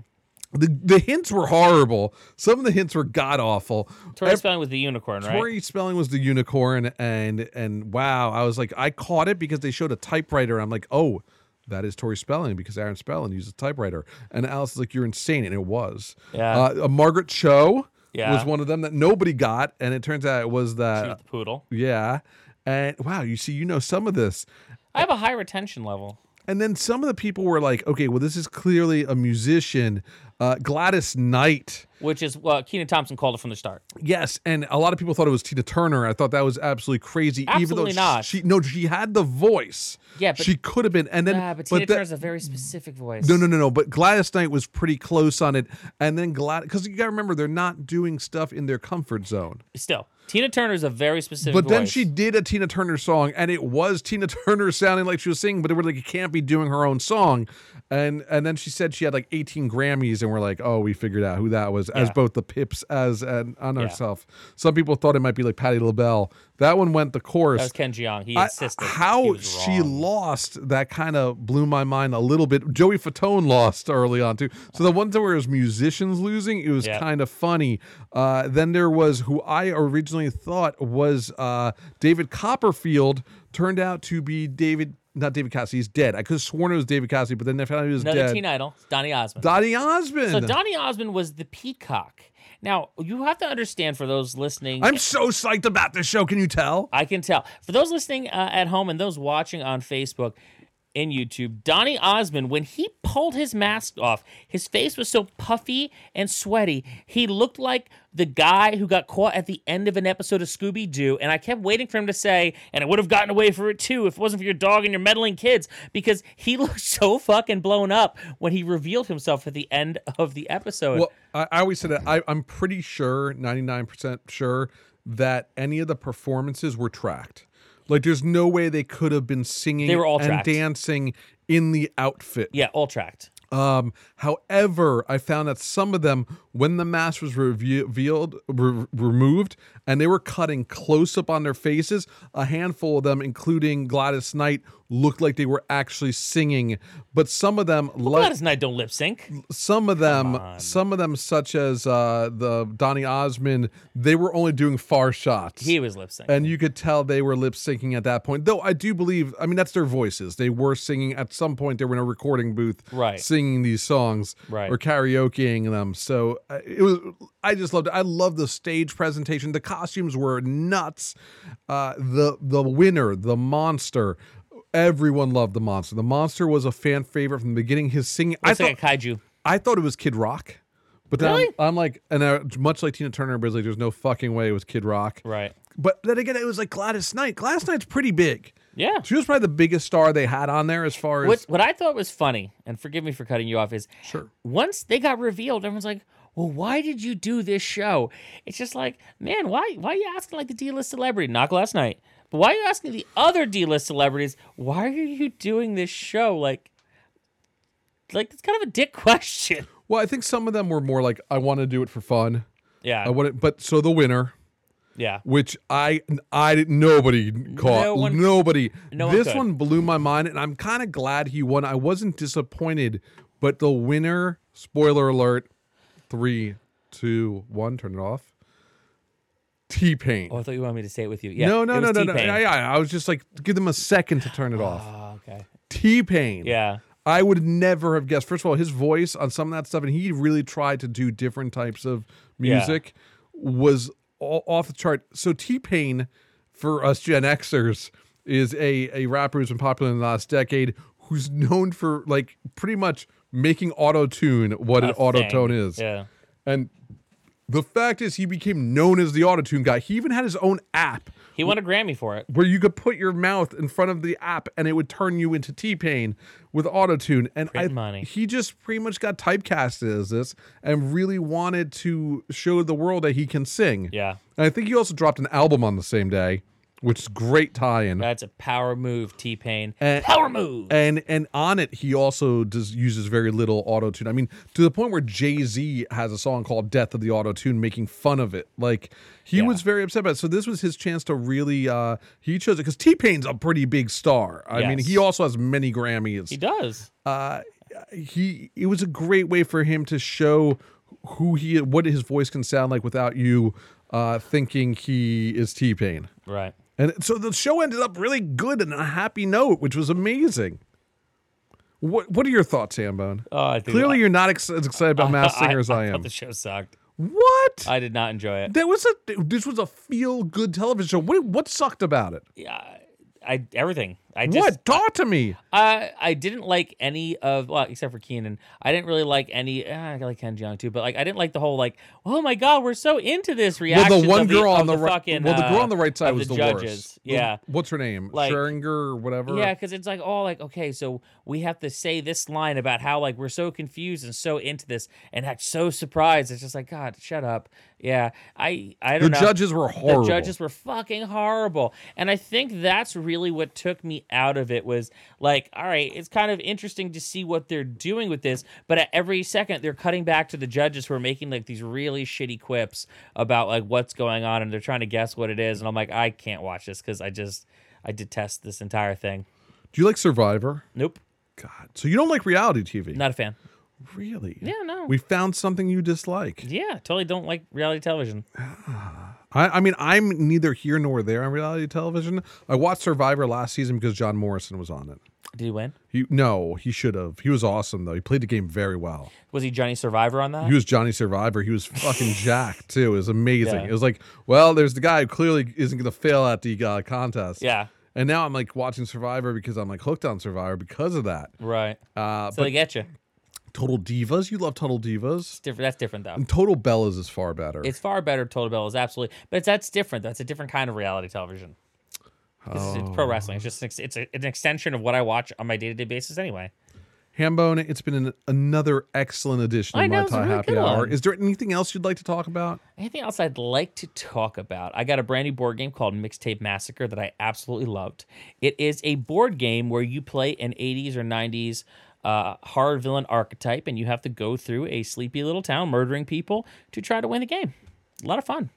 Speaker 1: The the hints were horrible. Some of the hints were god awful.
Speaker 2: Tori Spelling was the unicorn, right?
Speaker 1: Tori Spelling was the unicorn, and and wow, I was like, I caught it because they showed a typewriter. I'm like, oh, that is Tori Spelling because Aaron Spelling used a typewriter. And Alice is like, you're insane, and it was.
Speaker 2: Yeah.
Speaker 1: Uh, uh, Margaret Cho
Speaker 2: Yeah.
Speaker 1: was one of them that nobody got, and it turns out it was
Speaker 2: She was
Speaker 1: that.
Speaker 2: the poodle.
Speaker 1: Yeah. And wow, you see, you know some of this.
Speaker 2: I have a high retention level.
Speaker 1: And then some of the people were like, okay, well, this is clearly a musician. Uh, Gladys Knight.
Speaker 2: which is what Keenan Thompson called it from the start.
Speaker 1: Yes, and a lot of people thought it was Tina Turner. I thought that was absolutely crazy. even though
Speaker 2: Absolutely not.
Speaker 1: She no, she had the voice.
Speaker 2: Yeah, but-
Speaker 1: she could have been. And then,
Speaker 2: Ah, but Tina
Speaker 1: that-
Speaker 2: Turner's a very specific voice.
Speaker 1: no, no, no, no. But Gladys Knight was pretty close on it. And then Gladys, because you got to remember, they're not doing stuff in their comfort zone.
Speaker 2: Still, Tina Turner's a very specific.
Speaker 1: But then
Speaker 2: voice.
Speaker 1: she did a Tina Turner song, and it was Tina Turner sounding like she was singing, but they were like, it can't be doing her own song. And and then she said she had like 18 Grammys and and we're like, oh, we figured out who that was, as
Speaker 2: Yeah.
Speaker 1: both the Pips as and on
Speaker 2: Yeah.
Speaker 1: herself. Some people thought it might be like Patty LaBelle. That one went the course.
Speaker 2: That was Ken Jeong. He
Speaker 1: I-
Speaker 2: insisted. He
Speaker 1: how
Speaker 2: was
Speaker 1: she
Speaker 2: wrong.
Speaker 1: lost that kind of blew my mind a little bit. Joey Fatone lost early on too. So the ones that were as musicians losing, it was
Speaker 2: Yeah.
Speaker 1: kind of funny. Uh, then there was who I originally thought was uh, David Copperfield turned out to be David, not David Cassidy. He's dead. I could have sworn it was David Cassidy, but then I found out he was
Speaker 2: Another
Speaker 1: dead.
Speaker 2: teen idol, Donny Osmond.
Speaker 1: Donny Osmond.
Speaker 2: so Donny Osmond was the peacock. Now you have to understand for those listening.
Speaker 1: I'm so psyched about this show. Can you tell?
Speaker 2: I can tell. For those listening uh, at home and those watching on Facebook and YouTube, Donny Osmond, when he pulled his mask off, his face was so puffy and sweaty. He looked like the guy who got caught at the end of an episode of Scooby Doo. And I kept waiting for him to say, and I would have gotten away for it too if it wasn't for your dog and your meddling kids, because he looked so fucking blown up when he revealed himself at the end of the episode.
Speaker 1: Well, I, I always said that I, I'm pretty sure, 99% sure, that any of the performances were tracked. Like, there's no way they could have been singing
Speaker 2: They were all
Speaker 1: and
Speaker 2: tracked.
Speaker 1: dancing in the outfit.
Speaker 2: yeah, all tracked.
Speaker 1: Um, however, I found that some of them, when the mask was reve- revealed, re- removed, and they were cutting close up on their faces, a handful of them, including Gladys Knight, looked like they were actually singing. But some of them,
Speaker 2: Well,
Speaker 1: like
Speaker 2: Gladys Knight don't lip sync.
Speaker 1: some of them some of them such as uh the donny osmond they were only doing far shots
Speaker 2: He was lip sync.
Speaker 1: and you could tell they were lip syncing at that point though i do believe i mean that's their voices they were singing at some point they were in a recording booth
Speaker 2: Right.
Speaker 1: singing these songs
Speaker 2: Right.
Speaker 1: or karaokeing them so uh, it was i just loved it i love the stage presentation the costumes were nuts uh the the winner the monster Everyone loved the monster. The monster was a fan favorite from the beginning. His singing, I
Speaker 2: Looks
Speaker 1: thought,
Speaker 2: like a kaiju.
Speaker 1: I thought it was Kid Rock, but then I'm-
Speaker 2: Really?
Speaker 1: I'm, like, and I, much like Tina Turner, but like, there's no fucking way it was Kid Rock.
Speaker 2: Right.
Speaker 1: But then again, it was like Gladys Knight. Gladys Knight's pretty big.
Speaker 2: Yeah.
Speaker 1: She was probably the biggest star they had on there as far as
Speaker 2: What what I thought was funny, and forgive me for cutting you off, is
Speaker 1: Sure.
Speaker 2: once they got revealed, everyone's like, "Well, why did you do this show?" It's just like, man, why why are you asking like the D list celebrity? Not last night, but why are you asking the other D list celebrities? Why are you doing this show? Like, like it's kind of a dick question.
Speaker 1: well, I think some of them were more like, I want to do it for fun.
Speaker 2: Yeah,
Speaker 1: I want it, but so the winner,
Speaker 2: yeah.
Speaker 1: which I I didn't nobody caught
Speaker 2: No one-
Speaker 1: nobody.
Speaker 2: no one
Speaker 1: this
Speaker 2: could.
Speaker 1: one blew my mind, and I'm kind of glad he won. I wasn't disappointed, but the winner. Spoiler alert: three, two, one. Turn it off. T Pain.
Speaker 2: Oh, I thought you wanted me to say it with you. Yeah,
Speaker 1: no,
Speaker 2: it
Speaker 1: no, no,
Speaker 2: was
Speaker 1: no, no.
Speaker 2: T-Pain.
Speaker 1: Yeah, yeah, I was just like, give them a second to turn it off.
Speaker 2: Oh, okay.
Speaker 1: T Pain.
Speaker 2: Yeah.
Speaker 1: I would never have guessed. First of all, his voice on some of that stuff, and he really tried to do different types of
Speaker 2: Yeah.
Speaker 1: music, was all off the chart. So T Pain, for us Gen Xers, is a a rapper who's been popular in the last decade, who's known for like pretty much making auto tune what an
Speaker 2: A
Speaker 1: auto
Speaker 2: thing.
Speaker 1: tone is,
Speaker 2: Yeah.
Speaker 1: and the fact is he became known as the auto tune guy. He even had his own app
Speaker 2: He won a Grammy for it.
Speaker 1: where you could put your mouth in front of the app and it would turn you into T-Pain with autotune and I
Speaker 2: Print money.
Speaker 1: he just pretty much got typecasted as this and really wanted to show the world that he can sing.
Speaker 2: Yeah.
Speaker 1: And I think he also dropped an album on the same day, which is great tie-in.
Speaker 2: That's a power move, T Pain.
Speaker 1: Uh,
Speaker 2: power move.
Speaker 1: and and on it he also does uses very little auto tune. I mean, to the point where Jay Z has a song called "Death of the Auto Tune," making fun of it. Like he
Speaker 2: Yeah.
Speaker 1: was very upset about. It. So this was his chance to really. uh He chose it because T Pain's a pretty big star. I mean,
Speaker 2: Yes.
Speaker 1: he also has many Grammys.
Speaker 2: he does.
Speaker 1: he it was a great way for him to show who he what his voice can sound like without you uh thinking he is T Pain.
Speaker 2: Right.
Speaker 1: And so the show ended up really good and on a happy note, which was amazing. What What are your thoughts, Hambone?
Speaker 2: Oh, I think
Speaker 1: Clearly,
Speaker 2: I-
Speaker 1: you're not ex- as excited about Mass Singer as I,
Speaker 2: thought
Speaker 1: am.
Speaker 2: the show sucked.
Speaker 1: what?
Speaker 2: I did not enjoy it.
Speaker 1: that was a this was a feel good television show. What What sucked about it?
Speaker 2: Yeah, I, I everything. I just
Speaker 1: what? Talk to me.
Speaker 2: I I didn't like any of well, except for Keenan. I didn't really like any. Uh, I like Ken Jeong too, but like I didn't like the whole like. Oh my god, we're so into this reaction.
Speaker 1: one
Speaker 2: of the,
Speaker 1: girl
Speaker 2: of
Speaker 1: on the right-
Speaker 2: fucking,
Speaker 1: well, the girl
Speaker 2: uh,
Speaker 1: on the right side
Speaker 2: of
Speaker 1: was
Speaker 2: the,
Speaker 1: the worst.
Speaker 2: judges. Yeah.
Speaker 1: What's her name?
Speaker 2: Like-
Speaker 1: Scheringer or whatever.
Speaker 2: Yeah, because it's like all like okay, so we have to say this line about how like we're so confused and so into this and act so surprised. It's just like God, shut up. Yeah, I I
Speaker 1: the
Speaker 2: don't know.
Speaker 1: judges were horrible.
Speaker 2: The judges were fucking horrible. And I think that's really what took me out of it was like, all right, it's kind of interesting to see what they're doing with this, but at every second they're cutting back to the judges who are making like these really shitty quips about like what's going on and they're trying to guess what it is, and I'm like, I can't watch this because I just I detest this entire thing.
Speaker 1: Do you like Survivor?
Speaker 2: Nope,
Speaker 1: God. So you don't like reality TV?
Speaker 2: not a fan.
Speaker 1: Really?
Speaker 2: Yeah, no.
Speaker 1: We found something you dislike.
Speaker 2: Yeah, totally don't like reality television.
Speaker 1: I, I mean, I'm neither here nor there on reality television. I watched Survivor last season because John Morrison was on it.
Speaker 2: Did he win?
Speaker 1: He no, he should have. He was awesome though. He played the game very well.
Speaker 2: Was he Johnny Survivor on that?
Speaker 1: He was Johnny Survivor. He was fucking Jack too. It was amazing.
Speaker 2: Yeah.
Speaker 1: It was like, well, there's the guy who clearly isn't going to fail at the uh, contest.
Speaker 2: Yeah.
Speaker 1: And now I'm like watching Survivor because I'm like hooked on Survivor because of that.
Speaker 2: right.
Speaker 1: Uh,
Speaker 2: so
Speaker 1: but
Speaker 2: they get you.
Speaker 1: Total Divas, you love Total Divas.
Speaker 2: Different. That's different though.
Speaker 1: Total Bellas is far better.
Speaker 2: It's far better. Total Bellas, absolutely, but it's, that's different. That's a different kind of reality television. It's, it's pro wrestling. It's just an, ex- it's a, an extension of what I watch on my day to day basis anyway.
Speaker 1: Hambone, it's been an, another excellent edition
Speaker 2: I
Speaker 1: of
Speaker 2: know,
Speaker 1: my
Speaker 2: it's a
Speaker 1: Thai
Speaker 2: really
Speaker 1: Happy
Speaker 2: good
Speaker 1: Hour.
Speaker 2: one.
Speaker 1: Is there anything else you'd like to talk about?
Speaker 2: Anything else I'd like to talk about? I got a brand new board game called Mixtape Massacre that I absolutely loved. It is a board game where you play an 80s or 90s uh, horror villain archetype and you have to go through a sleepy little town murdering people to try to win the game. A lot of fun.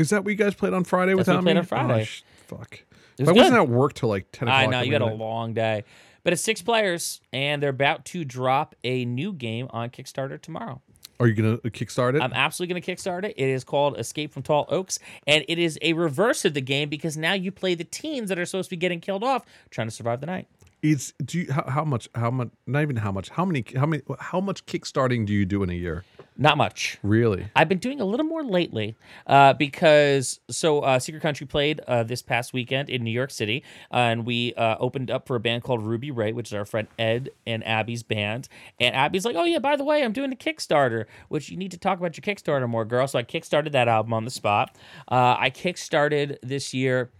Speaker 1: Is that what you guys played on Friday
Speaker 2: That's
Speaker 1: without
Speaker 2: what we played
Speaker 1: me?
Speaker 2: on Friday.
Speaker 1: Oh, sh- fuck. If
Speaker 2: was
Speaker 1: I wasn't
Speaker 2: good.
Speaker 1: at work till like 10 o'clock.
Speaker 2: I know you
Speaker 1: had
Speaker 2: had a long day, but it's six players, and they're about to drop a new game on Kickstarter tomorrow.
Speaker 1: Are you going to kickstart it?
Speaker 2: I'm absolutely going to kickstart it. It is called Escape from Tall Oaks, and it is a reverse of the game because now you play the teens that are supposed to be getting killed off, trying to survive the night.
Speaker 1: it's do you how, how much how much not even how much how many how many how much kickstarting do you do in a year?
Speaker 2: Not much.
Speaker 1: Really?
Speaker 2: I've been doing a little more lately uh, because so uh, Secret Country played uh, this past weekend in New York City, uh, and we uh, opened up for a band called Ruby Ray, which is our friend Ed and Abby's band. And Abby's like, "Oh yeah, by the way, I'm doing a Kickstarter, which you need to talk about your Kickstarter more, girl." So I kickstarted that album on the spot. Uh, I kickstarted this year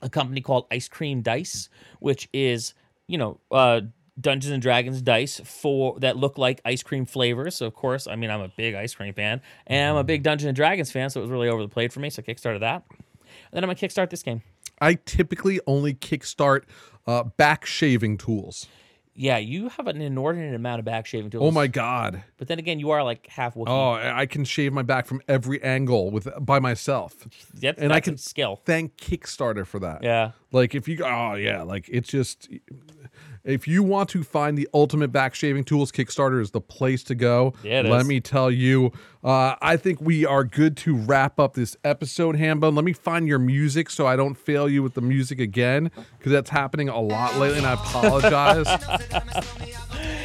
Speaker 2: a company called Ice Cream Dice, which is you know uh, Dungeons and Dragons dice for that look like ice cream flavors. So of course, I mean I'm a big ice cream fan, and
Speaker 1: Mm-hmm.
Speaker 2: I'm a big Dungeons and Dragons fan, so it was really over the plate for me. So I kickstarted that, and then I'm gonna kickstart this game.
Speaker 1: I typically only kickstart uh, back shaving tools.
Speaker 2: Yeah, you have an inordinate amount of back shaving tools.
Speaker 1: Oh my god.
Speaker 2: But then again, you are like half Wookiee.
Speaker 1: Oh, I I can shave my back from every angle with by myself.
Speaker 2: That-
Speaker 1: and I
Speaker 2: that's a
Speaker 1: can
Speaker 2: skill.
Speaker 1: Thank Kickstarter for that.
Speaker 2: Yeah.
Speaker 1: Like if you oh yeah, like it's just if you want to find the ultimate back shaving tools, Kickstarter is the place to go.
Speaker 2: Yeah, it
Speaker 1: Let
Speaker 2: is.
Speaker 1: me tell you, uh, I think we are good to wrap up this episode, Hambone. Let me find your music so I don't fail you with the music again because that's happening a lot lately, and I apologize.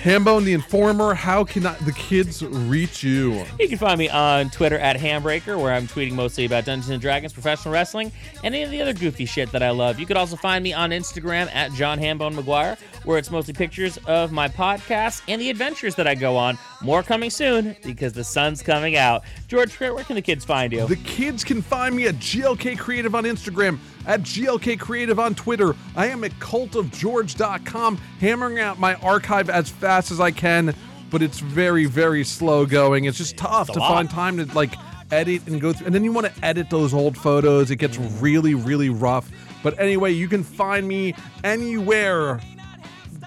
Speaker 1: Hambone, the Informer, how can I, the kids reach you?
Speaker 2: You can find me on Twitter at Hambreaker, where I'm tweeting mostly about Dungeons and Dragons, professional wrestling, and any of the other goofy shit that I love. You could also find me on Instagram at John Hambone McGuire, where it's mostly pictures of my podcast and the adventures that I go on. More coming soon because the sun's coming out. George, where where can the kids find you?
Speaker 1: The kids can find me at GLK Creative on Instagram, at GLK Creative on Twitter. I am at cultofgeorge.com, hammering out my archive as fast as I can, but it's very, very slow going. It's just tough to
Speaker 2: lot.
Speaker 1: find time to like edit and go through. And then you want to edit those old photos. It gets really, really rough. But anyway, you can find me anywhere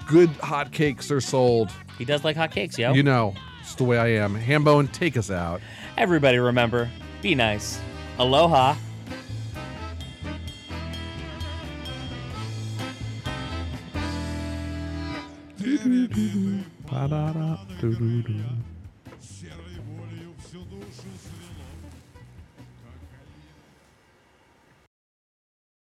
Speaker 1: good hotcakes are sold.
Speaker 2: he does like hot cakes, yo.
Speaker 1: You know, it's the way I am. Hambone, take us out.
Speaker 2: Everybody remember, be nice. Aloha.
Speaker 1: Ba-da-da, doo-doo-doo.